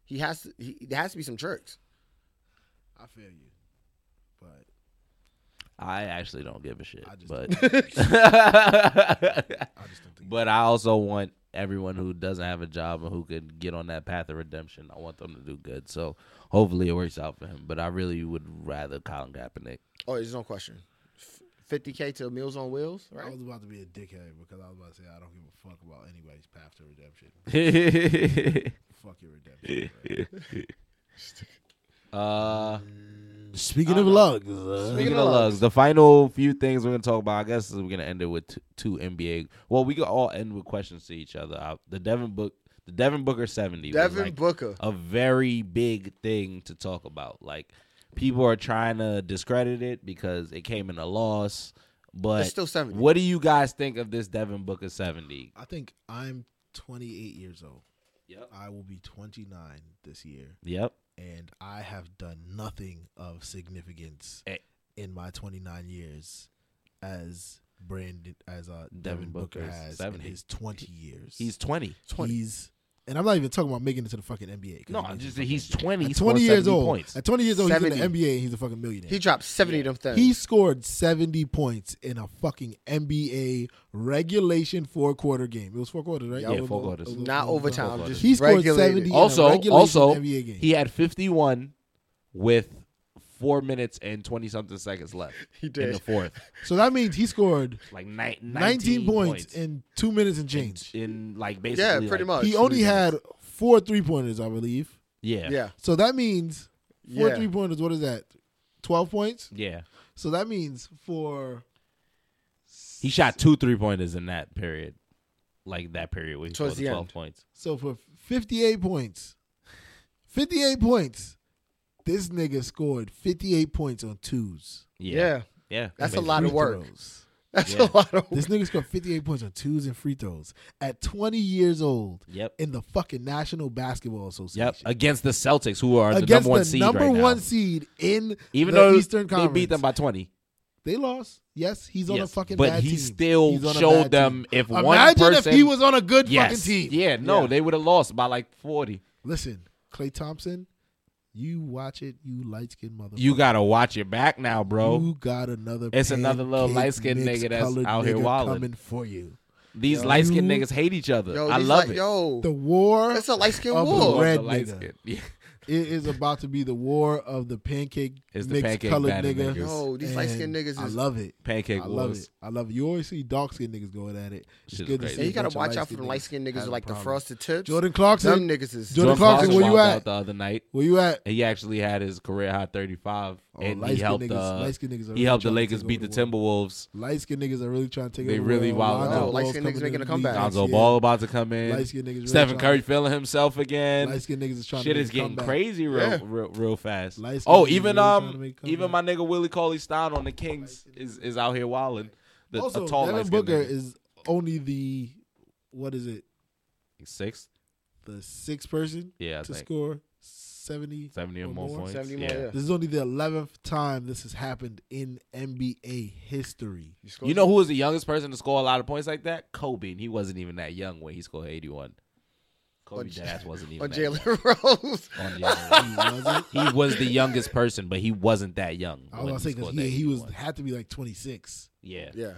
Speaker 1: He has to he there has to be some tricks.
Speaker 3: I feel you, but
Speaker 2: I actually don't give a shit.
Speaker 3: I just
Speaker 2: but
Speaker 3: I just don't think.
Speaker 2: but I also want everyone who doesn't have a job and who could get on that path of redemption. I want them to do good. So hopefully it works out for him. But I really would rather Colin Kaepernick.
Speaker 1: Oh, there's no question. Fifty K to Meals on Wheels,
Speaker 3: I
Speaker 1: right?
Speaker 3: was about to be a dickhead because I was about to say I don't give a fuck about anybody's path to redemption. Fuck your redemption. bro.
Speaker 2: uh,
Speaker 3: Speaking of lugs, uh,
Speaker 2: speaking
Speaker 1: Speaking
Speaker 2: of
Speaker 1: of
Speaker 2: lugs, the final few things we're gonna talk about. I guess we're gonna end it with t- two NBA. Well, we could all end with questions to each other. Uh the Devin book, the Devin Booker seventy. was
Speaker 1: Devin
Speaker 2: like-
Speaker 1: Booker.
Speaker 2: a very big thing to talk about. Like people are trying to discredit it because it came in a loss. But
Speaker 1: It's still 70.
Speaker 2: what do you guys think of this Devin Booker seventy?
Speaker 3: I think I'm 28 years old.
Speaker 2: Yep.
Speaker 3: I will be 29 this year,
Speaker 2: Yep.
Speaker 3: and I have done nothing of significance
Speaker 2: Eh.
Speaker 3: in my 29 years as Brandon as uh,
Speaker 2: Devin
Speaker 3: Devin Booker
Speaker 2: Booker's
Speaker 3: has
Speaker 2: 70.
Speaker 3: in his 20 years.
Speaker 2: He's twenty.
Speaker 3: He's and I'm not even talking about making it to the fucking NBA. 'cause
Speaker 2: No,
Speaker 3: he
Speaker 2: I'm
Speaker 3: made
Speaker 2: just
Speaker 3: the
Speaker 2: he's
Speaker 3: fucking-
Speaker 2: 20.
Speaker 3: at
Speaker 2: He's
Speaker 3: 20 years old.
Speaker 2: Points.
Speaker 3: At 20 years old, he's in
Speaker 1: 70.
Speaker 3: the NBA and he's a fucking millionaire.
Speaker 1: He dropped seventy of them things.
Speaker 3: He scored 70 points in a fucking NBA regulation four quarter game. It was four quarters, right?
Speaker 2: Yeah, four quarters.
Speaker 1: not overtime.
Speaker 2: He
Speaker 1: Just
Speaker 3: He scored
Speaker 1: regulated. Oh,
Speaker 3: 70 in a
Speaker 2: Also,
Speaker 3: regulation
Speaker 2: also,
Speaker 3: NBA game.
Speaker 2: he had 51 with four minutes and 20 something seconds left
Speaker 1: He
Speaker 2: in the
Speaker 1: did.
Speaker 2: fourth.
Speaker 3: so that means he scored
Speaker 2: Like ni- 19,
Speaker 3: 19 points,
Speaker 2: points Oh,
Speaker 3: in two minutes and change.
Speaker 2: in like basically
Speaker 1: Yeah, pretty
Speaker 2: like-
Speaker 1: much.
Speaker 3: He only had four three pointers, I believe.
Speaker 2: Yeah. Yeah.
Speaker 1: yeah,
Speaker 3: So that means four
Speaker 1: yeah.
Speaker 3: three pointers, what is that? 12 points? So that means for.
Speaker 2: He shot two three pointers in that period. Like that period where he
Speaker 1: Towards
Speaker 2: scored
Speaker 1: the
Speaker 2: 12
Speaker 1: end.
Speaker 2: points.
Speaker 3: So for 58 points, 58 points, this nigga scored 58 points on twos.
Speaker 2: Yeah.
Speaker 1: yeah,
Speaker 2: Yeah.
Speaker 1: That's a
Speaker 2: Basically.
Speaker 1: lot of
Speaker 3: Free
Speaker 1: work.
Speaker 3: throws.
Speaker 1: That's
Speaker 2: Yeah.
Speaker 1: a lot of.
Speaker 3: This nigga scored 58 points on twos and free throws at 20 years old
Speaker 2: Yep.
Speaker 3: in the fucking National Basketball Association.
Speaker 2: Yep. Against the Celtics who are the
Speaker 3: Against
Speaker 2: number one
Speaker 3: the
Speaker 2: seed
Speaker 3: number
Speaker 2: right
Speaker 3: one
Speaker 2: now.
Speaker 3: seed in
Speaker 2: Even
Speaker 3: the
Speaker 2: though
Speaker 3: Eastern
Speaker 2: they
Speaker 3: Conference.
Speaker 2: beat them by 20.
Speaker 3: They lost. Yes, he's on a
Speaker 2: Yes.
Speaker 3: fucking
Speaker 2: but
Speaker 3: bad
Speaker 2: he
Speaker 3: team.
Speaker 2: still
Speaker 3: He's on a
Speaker 2: showed
Speaker 3: bad
Speaker 2: them
Speaker 3: team.
Speaker 2: if one
Speaker 3: Imagine
Speaker 2: person
Speaker 3: if he was on a good
Speaker 2: yes,
Speaker 3: fucking team.
Speaker 2: Yeah, no,
Speaker 1: Yeah.
Speaker 2: they would have lost by like 40.
Speaker 3: Listen, Clay Thompson, you watch it, you light skinned motherfucker.
Speaker 2: You got to watch your back now, bro.
Speaker 3: You got another.
Speaker 2: It's another little
Speaker 3: pancake
Speaker 2: light-skinned
Speaker 3: mix
Speaker 2: nigga that's
Speaker 3: colored
Speaker 2: out here
Speaker 3: nigga
Speaker 2: wildin'.
Speaker 3: coming for you.
Speaker 2: These
Speaker 3: Yo.
Speaker 2: light skinned niggas hate each other.
Speaker 1: Yo,
Speaker 2: I
Speaker 1: these
Speaker 2: love
Speaker 1: like-
Speaker 2: it.
Speaker 1: Yo,
Speaker 3: The war
Speaker 1: that's a light skin
Speaker 3: Of the
Speaker 1: war.
Speaker 3: red
Speaker 2: The light
Speaker 3: nigga.
Speaker 2: skin. Yeah.
Speaker 3: it is about to be the war of the pancake
Speaker 2: It's the
Speaker 3: mix
Speaker 2: pancake
Speaker 3: colored
Speaker 2: batter
Speaker 3: nigga.
Speaker 2: niggas.
Speaker 1: Yo, Oh, these
Speaker 3: And
Speaker 1: light-skinned niggas
Speaker 3: I
Speaker 1: is-
Speaker 3: love it. I
Speaker 2: Pancake
Speaker 3: love
Speaker 2: wars.
Speaker 3: it. I love it. You always see dark skinned niggas going at it. It's
Speaker 2: Shit's
Speaker 3: good to see.
Speaker 2: crazy.
Speaker 1: And
Speaker 3: a
Speaker 1: you gotta
Speaker 3: bunch of
Speaker 1: watch out for the
Speaker 3: niggas
Speaker 1: light skinned niggas
Speaker 3: having
Speaker 1: with, like the
Speaker 3: problems.
Speaker 1: frosted tips.
Speaker 3: Jordan
Speaker 1: them
Speaker 3: Clarkson.
Speaker 1: niggas is
Speaker 3: Jordan Clarkson, where you
Speaker 2: fouled
Speaker 3: at?
Speaker 2: out the other night.
Speaker 3: Where you at?
Speaker 2: He actually had his career high 35, and he
Speaker 3: Oh, light-skinned
Speaker 2: helped.
Speaker 3: niggas-
Speaker 2: uh,
Speaker 3: light-skinned niggas are
Speaker 2: he
Speaker 3: really
Speaker 2: helped the
Speaker 3: trying to
Speaker 2: Lakers
Speaker 3: take
Speaker 2: beat the
Speaker 3: over the
Speaker 2: Timberwolves.
Speaker 3: Light skinned niggas are really trying to take
Speaker 2: They
Speaker 3: over.
Speaker 2: really
Speaker 3: the
Speaker 2: wildin'
Speaker 3: world. Lonzo
Speaker 2: out.
Speaker 3: Ball's
Speaker 1: Light-skinned
Speaker 3: coming
Speaker 1: niggas
Speaker 3: in
Speaker 1: making
Speaker 3: the
Speaker 1: a comeback.
Speaker 3: league.
Speaker 2: Lonzo
Speaker 3: Yeah.
Speaker 2: Ball about to come in.
Speaker 3: Light-skinned niggas really
Speaker 2: Stephen
Speaker 3: trying-
Speaker 2: Curry feeling himself again.
Speaker 3: Light skinned niggas is trying
Speaker 2: Shit
Speaker 3: to
Speaker 2: is
Speaker 3: make a
Speaker 2: getting
Speaker 3: comeback.
Speaker 2: crazy real,
Speaker 1: Yeah.
Speaker 2: real, real fast.
Speaker 3: Light-skinned
Speaker 2: Oh,
Speaker 3: niggas
Speaker 2: even
Speaker 3: really trying to
Speaker 2: um,
Speaker 3: make a
Speaker 2: even my
Speaker 3: comeback.
Speaker 2: nigga Willie Cauley Stein on the Kings is is out here wilding. The
Speaker 3: also,
Speaker 2: a tall
Speaker 3: Devin
Speaker 2: light-skinned
Speaker 3: Booker
Speaker 2: nigga.
Speaker 3: is only the what is it?
Speaker 2: sixth.
Speaker 3: The sixth person
Speaker 2: Yeah, I
Speaker 3: to
Speaker 2: think
Speaker 3: score seventy.
Speaker 2: 70 or
Speaker 3: or
Speaker 2: more
Speaker 3: more?
Speaker 2: points.
Speaker 1: 70 more,
Speaker 2: yeah.
Speaker 1: yeah.
Speaker 3: This is only the eleventh time this has happened in NBA history.
Speaker 1: scored-
Speaker 2: You know who was the youngest person to score a lot of points like that? Kobe, and he wasn't even that young when he scored 81.
Speaker 3: Oh,
Speaker 2: Kobe
Speaker 1: On J-
Speaker 2: Deadass wasn't even
Speaker 1: on
Speaker 2: that young.
Speaker 1: Jalen Rose.
Speaker 2: on Jalen.
Speaker 3: He wasn't.
Speaker 2: he was the youngest person, but he wasn't that young.
Speaker 3: I was
Speaker 2: when
Speaker 3: gonna say because
Speaker 2: scored
Speaker 3: he,
Speaker 2: that
Speaker 3: he was
Speaker 2: 81.
Speaker 3: had to be like twenty six.
Speaker 2: yeah.
Speaker 1: Yeah,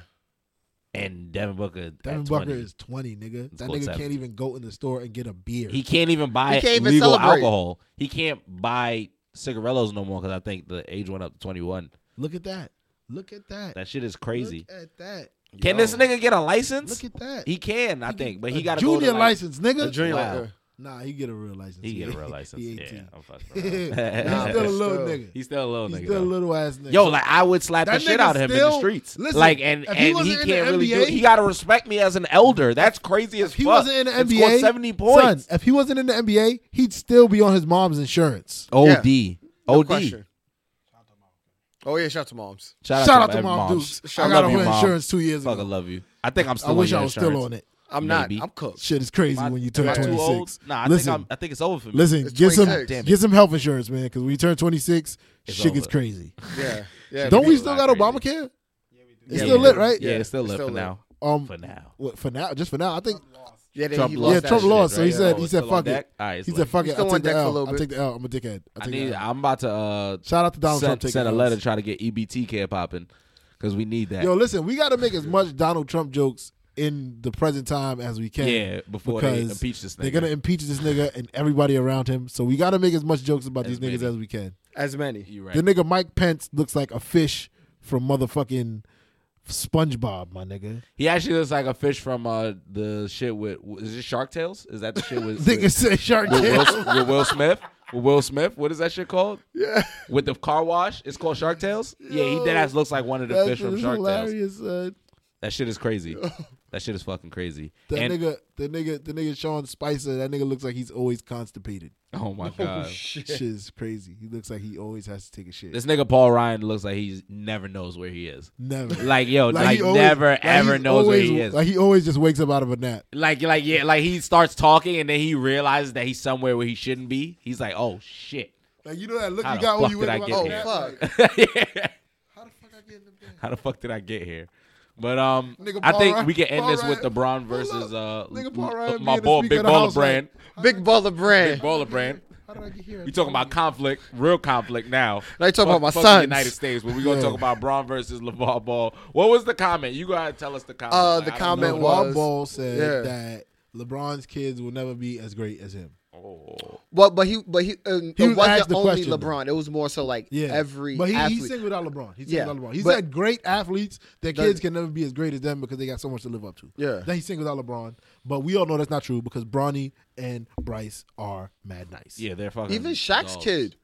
Speaker 2: And Devin Booker,
Speaker 3: Devin
Speaker 2: at
Speaker 3: Booker
Speaker 2: 20,
Speaker 3: is twenty, nigga. That
Speaker 2: scored
Speaker 3: nigga
Speaker 2: 70.
Speaker 3: can't even go in the store and get a beer.
Speaker 2: he can't even buy
Speaker 1: He can't even
Speaker 2: legal
Speaker 1: celebrate.
Speaker 2: alcohol. He can't buy cigarillos no more because I think the age went up to 21.
Speaker 3: Look at that. Look at that.
Speaker 2: That shit is crazy.
Speaker 3: Look at that.
Speaker 2: Can
Speaker 1: Yo.
Speaker 2: this nigga get a license?
Speaker 3: Look at that.
Speaker 2: He can, I think, but he
Speaker 3: A
Speaker 2: got
Speaker 3: junior
Speaker 2: go to, like,
Speaker 3: license, nigga.
Speaker 1: the junior.
Speaker 2: Wow.
Speaker 1: like, uh,
Speaker 3: Nah, he get a real license.
Speaker 2: He get a
Speaker 3: He-
Speaker 2: real
Speaker 3: he
Speaker 2: license.
Speaker 3: 18.
Speaker 2: Yeah, I'm fucking
Speaker 3: He's
Speaker 2: around.
Speaker 3: still a little
Speaker 1: Still.
Speaker 3: nigga.
Speaker 2: He's still a little
Speaker 3: He's
Speaker 2: nigga.
Speaker 3: still a
Speaker 2: though.
Speaker 3: little ass nigga.
Speaker 2: Yo, like I would slap
Speaker 3: That
Speaker 2: the shit
Speaker 3: nigga
Speaker 2: out of him in the
Speaker 3: still-
Speaker 2: streets.
Speaker 3: listen,
Speaker 2: like and
Speaker 3: if
Speaker 2: and
Speaker 3: he
Speaker 2: he,
Speaker 3: wasn't in
Speaker 2: can't
Speaker 3: the
Speaker 2: really do.
Speaker 3: NBA
Speaker 2: it. He gotta respect me as an elder. That's crazy as
Speaker 3: if he
Speaker 2: fuck.
Speaker 3: wasn't in the
Speaker 2: And score
Speaker 3: NBA,
Speaker 2: seventy points.
Speaker 3: Son, if he wasn't in the NBA, he'd still be on his mom's insurance.
Speaker 2: Od,
Speaker 1: no
Speaker 2: od.
Speaker 1: question. Oh yeah, shout out to moms.
Speaker 2: Shout, out to
Speaker 3: Mom
Speaker 2: my moms.
Speaker 3: Dukes. I got
Speaker 2: love
Speaker 3: on
Speaker 2: you,
Speaker 3: her
Speaker 2: Mom.
Speaker 3: insurance two years
Speaker 2: Fuck, I
Speaker 3: ago.
Speaker 2: love you. I think I'm
Speaker 3: I
Speaker 2: still.
Speaker 3: wish
Speaker 2: on your
Speaker 3: I was
Speaker 2: insurance.
Speaker 3: still on it.
Speaker 1: I'm not.
Speaker 2: Maybe.
Speaker 1: I'm cooked.
Speaker 3: Shit is crazy
Speaker 2: Am I-
Speaker 3: when you turn
Speaker 2: am I too
Speaker 3: twenty
Speaker 2: old?
Speaker 3: six.
Speaker 2: Nah, I
Speaker 3: listen,
Speaker 2: think I'm, I think it's over for me.
Speaker 3: listen,
Speaker 1: It's
Speaker 3: get some
Speaker 1: 26.
Speaker 2: Damn it.
Speaker 3: get some health insurance, man, because when you turn twenty six,
Speaker 2: It's
Speaker 3: shit gets
Speaker 2: over.
Speaker 3: crazy.
Speaker 1: Yeah, yeah.
Speaker 3: Don't we
Speaker 2: it's
Speaker 3: still
Speaker 2: not
Speaker 3: got
Speaker 2: crazy.
Speaker 3: Obamacare? It's
Speaker 1: Yeah,
Speaker 3: still
Speaker 1: we
Speaker 3: lit,
Speaker 1: do.
Speaker 3: right?
Speaker 2: Yeah, it's still
Speaker 1: it's
Speaker 2: lit
Speaker 1: still
Speaker 2: for
Speaker 1: lit.
Speaker 2: now.
Speaker 3: Um,
Speaker 2: For now.
Speaker 3: what, for now, just for now, I think
Speaker 1: Yeah, they,
Speaker 2: Trump
Speaker 1: he
Speaker 2: lost.
Speaker 1: lost
Speaker 3: Yeah,
Speaker 1: that
Speaker 3: Trump
Speaker 1: shit,
Speaker 3: lost, so he
Speaker 1: right?
Speaker 3: said-
Speaker 2: Oh,
Speaker 3: he
Speaker 2: it's
Speaker 3: said,
Speaker 2: still on
Speaker 3: fuck it.
Speaker 2: deck? All right, it's
Speaker 3: he said,
Speaker 2: lit.
Speaker 3: "Fuck
Speaker 1: He's
Speaker 3: it,
Speaker 1: still
Speaker 3: I'll
Speaker 1: on
Speaker 3: take the
Speaker 1: deck for a
Speaker 3: L.
Speaker 1: little
Speaker 3: I'll
Speaker 1: bit.
Speaker 3: take the L. I'm gonna dickhead. I'll
Speaker 2: I
Speaker 3: take
Speaker 2: need.
Speaker 3: the L."
Speaker 2: I'm about to uh,
Speaker 3: Shout out to Donald
Speaker 2: send,
Speaker 3: Trump.
Speaker 2: send a
Speaker 3: taking
Speaker 2: letter
Speaker 3: L's.
Speaker 2: trying to get EBT care popping because we need that.
Speaker 3: Yo, listen, we got to make as much Donald Trump jokes in the present time as we can.
Speaker 2: yeah, before they
Speaker 3: because
Speaker 2: impeach this
Speaker 3: They're
Speaker 2: nigga.
Speaker 3: gonna impeach this nigga and everybody around him. So we got to make as much jokes about these
Speaker 2: As
Speaker 3: niggas
Speaker 2: many.
Speaker 3: as we can.
Speaker 1: As many.
Speaker 2: you right.
Speaker 3: The nigga Mike Pence looks like a fish from motherfucking SpongeBob, my nigga.
Speaker 2: He actually looks like a fish from uh, the shit with is it Shark Tales? Is that the shit with,
Speaker 3: Nigga
Speaker 2: with,
Speaker 3: said Shark
Speaker 2: with
Speaker 3: Tale.
Speaker 2: Will, with Will Smith? With Will Smith? What is that shit called?
Speaker 1: Yeah.
Speaker 2: With the car wash? It's called Shark Tales. Yeah, he
Speaker 3: Yo,
Speaker 2: dead ass looks like one of the
Speaker 3: That
Speaker 2: fish
Speaker 3: shit
Speaker 2: from
Speaker 3: is
Speaker 2: Shark Tales.
Speaker 3: hilarious. son.
Speaker 2: That shit is crazy. That shit is fucking crazy.
Speaker 3: That
Speaker 2: and
Speaker 3: nigga, the nigga, the nigga Sean Spicer. That nigga looks like he's always constipated.
Speaker 2: oh my god,
Speaker 1: Shit.
Speaker 3: Shit is crazy. He looks like he always has to take a shit.
Speaker 2: this nigga Paul Ryan looks like he never knows where he is.
Speaker 3: Never.
Speaker 2: Like yo, like,
Speaker 3: he always-
Speaker 2: never
Speaker 3: like,
Speaker 2: ever
Speaker 3: he's
Speaker 2: knows
Speaker 3: always,
Speaker 2: where he is.
Speaker 3: Like he always just wakes up out of a nap.
Speaker 2: Like, like, yeah, like he starts talking and then he realizes that he's somewhere where he shouldn't be. He's like, oh shit.
Speaker 3: Like you know that look
Speaker 2: How
Speaker 3: you
Speaker 2: the
Speaker 3: got when
Speaker 2: fuck
Speaker 3: you
Speaker 2: did
Speaker 3: wake
Speaker 2: I
Speaker 3: up out
Speaker 2: get
Speaker 3: of a
Speaker 1: Oh
Speaker 2: here?
Speaker 3: nap.
Speaker 1: fuck.
Speaker 3: How the fuck I get in the bed?
Speaker 2: How the fuck did I get here? But um,
Speaker 3: Nigga,
Speaker 2: I
Speaker 3: Paul
Speaker 2: think
Speaker 3: Ryan-
Speaker 2: we can end
Speaker 3: Paul
Speaker 2: this with
Speaker 3: Ryan-
Speaker 2: LeBron
Speaker 3: Hold
Speaker 2: versus uh,
Speaker 3: Nigga, Paul
Speaker 2: l-
Speaker 3: Ryan
Speaker 2: my
Speaker 3: being the
Speaker 2: boy,
Speaker 3: speaker
Speaker 2: Big
Speaker 3: of the
Speaker 2: Baller
Speaker 3: House,
Speaker 2: Brand,
Speaker 1: Big baller
Speaker 2: Big
Speaker 1: brand.
Speaker 2: Baller Brand.
Speaker 3: How did I get here?
Speaker 2: We talking about conflict, real conflict now.
Speaker 1: Now you talking
Speaker 2: Fuck-
Speaker 1: about my
Speaker 2: fuck
Speaker 1: sons.
Speaker 2: The United States, but we gonna
Speaker 3: Yeah.
Speaker 2: talk about Braun versus LeVar Ball. What was the comment? You gotta tell us the comment.
Speaker 1: Uh,
Speaker 2: Like,
Speaker 1: the
Speaker 2: I don't
Speaker 1: comment
Speaker 2: know.
Speaker 3: LeVar
Speaker 1: was-
Speaker 3: Ball said
Speaker 1: yeah.
Speaker 3: that LeBron's kids will never be as great as him.
Speaker 2: Oh.
Speaker 1: Well, but he, but he, uh,
Speaker 3: He
Speaker 1: it
Speaker 3: was asked
Speaker 1: wasn't
Speaker 3: the
Speaker 1: only
Speaker 3: question, though.
Speaker 1: LeBron. It was more so like
Speaker 3: Yeah,
Speaker 1: every
Speaker 3: but he,
Speaker 1: athlete.
Speaker 3: he singled out LeBron. He
Speaker 1: Yeah,
Speaker 3: singled out LeBron. He
Speaker 1: but-
Speaker 3: said great athletes, their
Speaker 1: That-
Speaker 3: kids can never be as great as them because they got so much to live up to.
Speaker 1: Yeah.
Speaker 3: Then he singled out LeBron, but we all know that's not true because Bronny and Bryce are mad nice.
Speaker 2: Yeah, they're fucking.
Speaker 1: even Shaq's
Speaker 2: dogs.
Speaker 1: kid.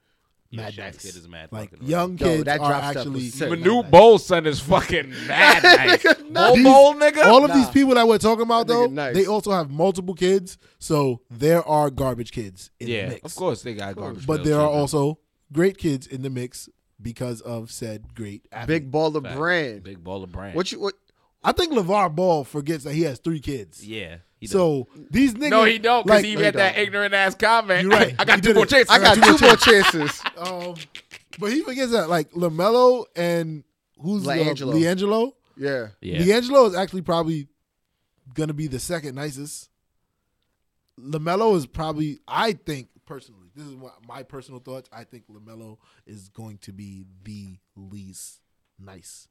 Speaker 2: Yeah,
Speaker 3: mad
Speaker 2: Shaq's
Speaker 3: nice.
Speaker 2: kid is mad.
Speaker 3: like
Speaker 2: fucking
Speaker 3: young
Speaker 1: Yo,
Speaker 3: kids
Speaker 1: that
Speaker 3: are
Speaker 1: drop step was
Speaker 3: actually
Speaker 1: sick.
Speaker 2: Right.
Speaker 1: Manu
Speaker 2: Manu Bol's son is fucking mad nice. Bol
Speaker 3: These-
Speaker 2: Bol nigga.
Speaker 3: All of
Speaker 1: Nah.
Speaker 3: these people that we're talking about
Speaker 1: That
Speaker 3: though,
Speaker 1: nigga nice.
Speaker 3: they also have multiple kids, so there are garbage kids in
Speaker 2: yeah,
Speaker 3: the mix.
Speaker 2: of course they got garbage.
Speaker 3: But
Speaker 2: pail
Speaker 3: there are
Speaker 2: children.
Speaker 3: also great kids in the mix because of said great athlete.
Speaker 1: Big baller
Speaker 2: Facts.
Speaker 1: brand.
Speaker 2: big ball of brand.
Speaker 1: What you? What?
Speaker 3: I think LeVar Ball forgets that he has three kids.
Speaker 2: Yeah. he does.
Speaker 3: so these niggas
Speaker 2: no, he don't because
Speaker 3: like-
Speaker 2: he
Speaker 1: he
Speaker 2: had that
Speaker 1: don't.
Speaker 2: ignorant ass comment.
Speaker 3: You're right.
Speaker 2: I got
Speaker 3: He
Speaker 2: two
Speaker 3: did
Speaker 2: more
Speaker 3: it.
Speaker 2: chances.
Speaker 1: I got two more chances.
Speaker 3: Um, but he forgets that like Lamelo and who's
Speaker 1: LiAngelo.
Speaker 3: Leangelo. Leangelo.
Speaker 1: Yeah.
Speaker 2: Yeah.
Speaker 3: Leangelo is actually probably gonna be the second nicest. Lamelo is probably, I think personally, this is what my personal thoughts. I think Lamelo is going to be the least nice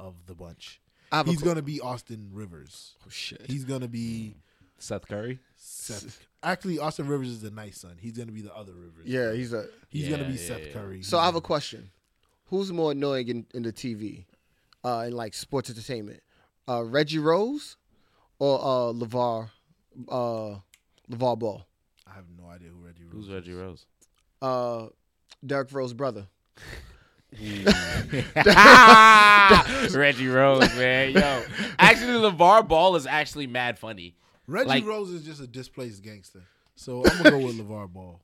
Speaker 3: of the bunch.
Speaker 1: I have a
Speaker 3: He's
Speaker 1: qu-
Speaker 3: gonna be Austin Rivers.
Speaker 1: Oh, shit.
Speaker 3: He's gonna be
Speaker 2: Seth Curry.
Speaker 3: Seth. Actually, Austin Rivers is the nice son. He's gonna be the other Rivers.
Speaker 1: Yeah, he's a.
Speaker 3: he's
Speaker 2: Yeah,
Speaker 3: gonna be
Speaker 2: yeah,
Speaker 3: Seth
Speaker 2: yeah.
Speaker 3: Curry.
Speaker 1: So I have a question: Who's more annoying in, in the TV, uh, in like sports entertainment, uh, Reggie Rose, or uh, Levar, uh, Levar Ball,
Speaker 3: I have no idea who Reggie Rose.
Speaker 2: Who's
Speaker 3: is.
Speaker 2: Reggie Rose?
Speaker 1: uh, Derek Rose's brother?
Speaker 2: Reggie Rose, man. Yo. Actually, LeVar Ball is actually mad funny.
Speaker 3: Reggie
Speaker 2: Like-
Speaker 3: Rose is just a displaced gangster. So I'm gonna go with LeVar Ball.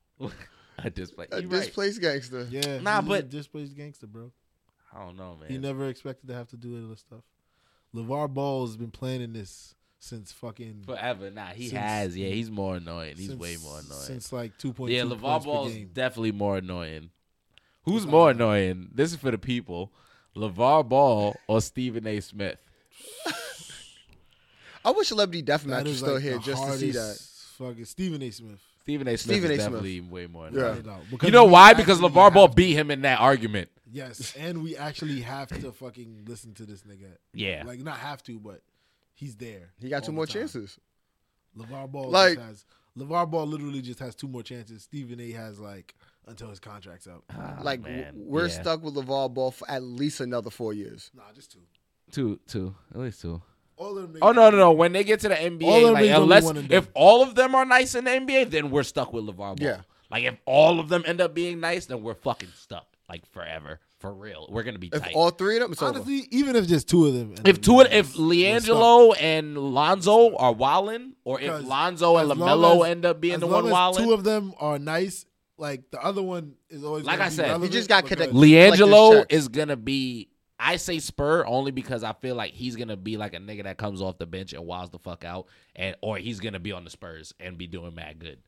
Speaker 2: At this point.
Speaker 1: A
Speaker 2: You right.
Speaker 1: displaced Uh, gangster.
Speaker 3: Yeah,
Speaker 2: Nah,
Speaker 3: he's
Speaker 2: but-
Speaker 3: a displaced gangster, bro.
Speaker 2: I don't know, man.
Speaker 3: He never expected to have to do any of this stuff. LeVar Ball has been planning this since fucking
Speaker 2: Forever. Nah, he
Speaker 3: Since-
Speaker 2: has. Yeah, he's more annoying. He's
Speaker 3: since-
Speaker 2: way more annoying.
Speaker 3: since like two point two.
Speaker 2: Yeah, LeVar
Speaker 3: Ball's
Speaker 2: Ball's
Speaker 3: game.
Speaker 2: definitely more annoying. Who's more annoying? This is for the people. LeVar Ball or Stephen A. Smith?
Speaker 1: I wish Celebrity
Speaker 3: That
Speaker 1: Deathmatch was
Speaker 3: is
Speaker 1: still
Speaker 3: like
Speaker 1: here
Speaker 3: the
Speaker 1: just to see that.
Speaker 3: hardest Fucking Stephen A. Smith.
Speaker 2: Stephen A. Smith
Speaker 1: Stephen
Speaker 2: is
Speaker 1: A. Smith.
Speaker 2: definitely way more
Speaker 1: Yeah.
Speaker 2: annoying.
Speaker 3: Cut it out.
Speaker 2: You
Speaker 3: Because
Speaker 2: know
Speaker 3: we
Speaker 2: why? Because
Speaker 3: actually
Speaker 2: LeVar Ball
Speaker 3: have-
Speaker 2: beat him in that argument.
Speaker 3: Yes, and we actually have to fucking listen to this nigga.
Speaker 2: Yeah.
Speaker 3: Like not have to, but he's there.
Speaker 1: He got
Speaker 3: all
Speaker 1: two
Speaker 3: the
Speaker 1: more
Speaker 3: time.
Speaker 1: chances.
Speaker 3: LeVar Ball
Speaker 1: Like-
Speaker 3: just has LeVar Ball literally just has two more chances. Stephen A has like until his contract's up.
Speaker 2: Ah,
Speaker 1: like w-
Speaker 2: man.
Speaker 1: we're
Speaker 2: Yeah.
Speaker 1: stuck with Levar Ball for at least another four years.
Speaker 3: Nah, just two.
Speaker 2: Two, two, at least two.
Speaker 3: All of them.
Speaker 2: Oh no, no, no! When they get to the NBA,
Speaker 3: All of them
Speaker 2: like,
Speaker 3: is only
Speaker 2: unless
Speaker 3: one and done.
Speaker 2: if all of them are nice in the NBA, then we're stuck with LeVar Ball.
Speaker 1: Yeah.
Speaker 2: Like if all of them end up being nice, then we're fucking stuck, like forever, for real. We're gonna be
Speaker 1: If
Speaker 2: tight.
Speaker 1: all three of them, it's over.
Speaker 3: Honestly, even if just two of them. end
Speaker 2: if
Speaker 3: up
Speaker 2: two, of-
Speaker 3: being
Speaker 2: if
Speaker 3: nice, we're
Speaker 2: Leangelo and Lonzo are wildin', or if
Speaker 3: Because
Speaker 2: Lonzo and
Speaker 3: as long
Speaker 2: Lamelo
Speaker 3: as-
Speaker 2: end up
Speaker 3: stuck.
Speaker 2: being
Speaker 3: As
Speaker 2: the
Speaker 3: long
Speaker 2: one
Speaker 3: as two
Speaker 2: wildin',
Speaker 3: of them are nice, like the other one is always
Speaker 2: Like
Speaker 3: gonna
Speaker 2: I
Speaker 3: be
Speaker 2: said, he
Speaker 3: relevant
Speaker 1: just got
Speaker 3: because-
Speaker 1: connected. Collective
Speaker 2: Leangelo
Speaker 1: checks.
Speaker 2: is gonna be. I say Spur only because I feel like he's gonna be like a nigga that comes off the bench and wows the fuck out, and or he's gonna be on the Spurs and be doing mad good.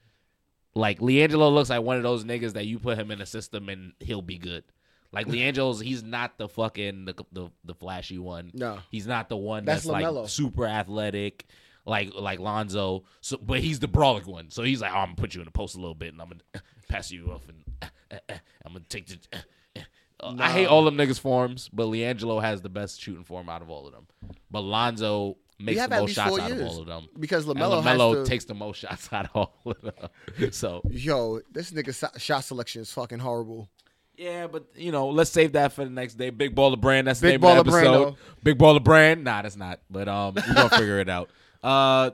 Speaker 2: Like Leangelo looks like one of those niggas that you put him in a system and he'll be good. Like Leangelo's, he's not the fucking the the, the flashy one.
Speaker 1: No.
Speaker 2: he's not the one that's,
Speaker 1: That's
Speaker 2: like
Speaker 1: LaMelo.
Speaker 2: super athletic, like like Lonzo. So, but he's the brawling one. So he's like, oh, I'm gonna put you in the post a little bit, and I'm gonna uh, pass you off, and uh, uh, uh, I'm gonna take the. uh, uh." Uh, I hate all them niggas' forms, but Leangelo has the best shooting form out of all of them. But Lonzo makes the
Speaker 1: have at
Speaker 2: most
Speaker 1: least
Speaker 2: shots
Speaker 1: four
Speaker 2: out of
Speaker 1: years.
Speaker 2: all of them.
Speaker 1: Because
Speaker 2: And
Speaker 1: LaMelo,
Speaker 2: LaMelo,
Speaker 1: has to,
Speaker 2: takes the most shots out of all of them. So
Speaker 1: Yo, this nigga so- shot selection is fucking horrible.
Speaker 2: yeah, but you know, let's save that for the next day. Big baller brand. That's the
Speaker 1: Big
Speaker 2: name of the
Speaker 1: Baller Brand,
Speaker 2: episode.
Speaker 1: though.
Speaker 2: Big baller brand. Nah, that's not. But um, we're gonna figure it out. Uh,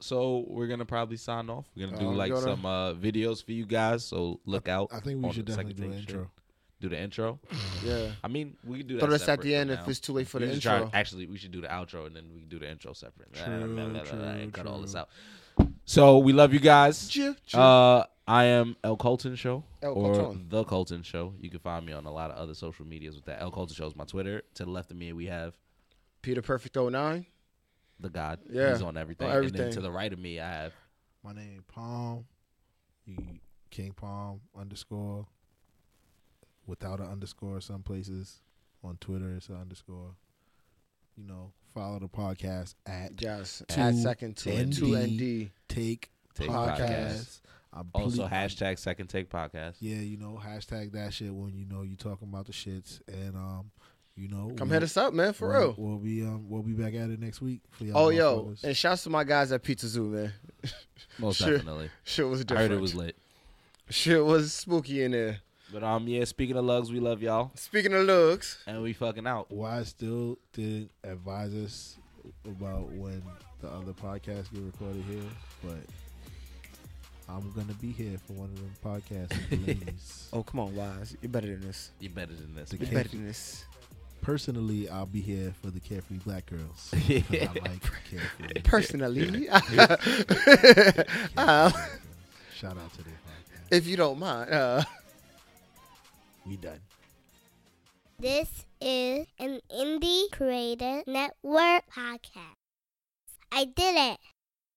Speaker 2: so we're gonna probably sign off. We're gonna do
Speaker 1: Uh, we
Speaker 2: like
Speaker 1: gotta-
Speaker 2: some uh videos for you guys. So look out.
Speaker 3: I think we
Speaker 2: on
Speaker 3: should
Speaker 2: the
Speaker 3: definitely do
Speaker 2: second
Speaker 3: an
Speaker 2: take
Speaker 3: intro.
Speaker 2: shit. Do the intro.
Speaker 1: Yeah.
Speaker 2: I mean, we could do
Speaker 1: Throw
Speaker 2: that
Speaker 1: this at the
Speaker 2: separate
Speaker 1: end
Speaker 2: for
Speaker 1: if
Speaker 2: now.
Speaker 1: it's too late for
Speaker 2: We
Speaker 1: the
Speaker 2: should try-
Speaker 1: intro.
Speaker 2: actually, we should do the outro and then we can do the intro separate.
Speaker 3: True,
Speaker 2: And cut
Speaker 3: true,
Speaker 2: all this
Speaker 3: true.
Speaker 2: out. So we love you guys.
Speaker 1: Cheer, cheer.
Speaker 2: Uh, I am El Colton Show
Speaker 1: El
Speaker 2: or
Speaker 1: Colton.
Speaker 2: the Colton Show. You can find me on a lot of other social medias with that. El Colton Show is my Twitter. To the left of me, we have
Speaker 1: Peter Perfect 09.
Speaker 2: the God.
Speaker 1: Yeah,
Speaker 2: he's on everything.
Speaker 1: on
Speaker 2: And then
Speaker 1: everything.
Speaker 2: to the right of me, I have
Speaker 3: My name Palm. You- King Palm underscore. Without an underscore some places. On Twitter it's an underscore. you know, follow the podcast at
Speaker 1: Yes.
Speaker 3: Two
Speaker 1: Add second to
Speaker 3: ND.
Speaker 1: two ND.
Speaker 3: Take
Speaker 2: Take
Speaker 3: Podcast.
Speaker 2: podcast.
Speaker 3: I'm
Speaker 2: Also
Speaker 3: ple-
Speaker 2: hashtag second take podcast.
Speaker 3: Yeah, you know, hashtag that shit when you know you talking about the shits and um, you know,
Speaker 1: Come
Speaker 3: we'll-
Speaker 1: hit us up, man, for
Speaker 3: we'll-
Speaker 1: real.
Speaker 3: We'll be um, we'll be back at it next week. For y'all
Speaker 1: Oh yo,
Speaker 3: motherfuckers.
Speaker 1: and shouts to my guys at Pizza Zoo, man.
Speaker 2: Most
Speaker 1: Sure.
Speaker 2: definitely.
Speaker 1: Shit was
Speaker 2: I
Speaker 1: different.
Speaker 2: heard it was lit.
Speaker 1: Shit was spooky in there.
Speaker 2: But um yeah, speaking of lugs, we love y'all.
Speaker 1: Speaking of looks,
Speaker 2: And we fucking out.
Speaker 3: why still didn't advise us about when the other podcast get recorded here, but I'm gonna be here for one of them podcasts. please.
Speaker 1: oh come on, wise, you're better than this.
Speaker 2: You better than this.
Speaker 3: The
Speaker 1: You're
Speaker 3: Can't
Speaker 1: better
Speaker 3: be-
Speaker 1: than this.
Speaker 3: Personally, I'll be here for the carefree black girls. 'cause I like carefree.
Speaker 1: Personally,
Speaker 3: Uh,
Speaker 1: uh,
Speaker 3: Shout out to their podcast.
Speaker 1: if you don't mind, uh,
Speaker 3: We done.
Speaker 4: This is an indie created network podcast. I did it.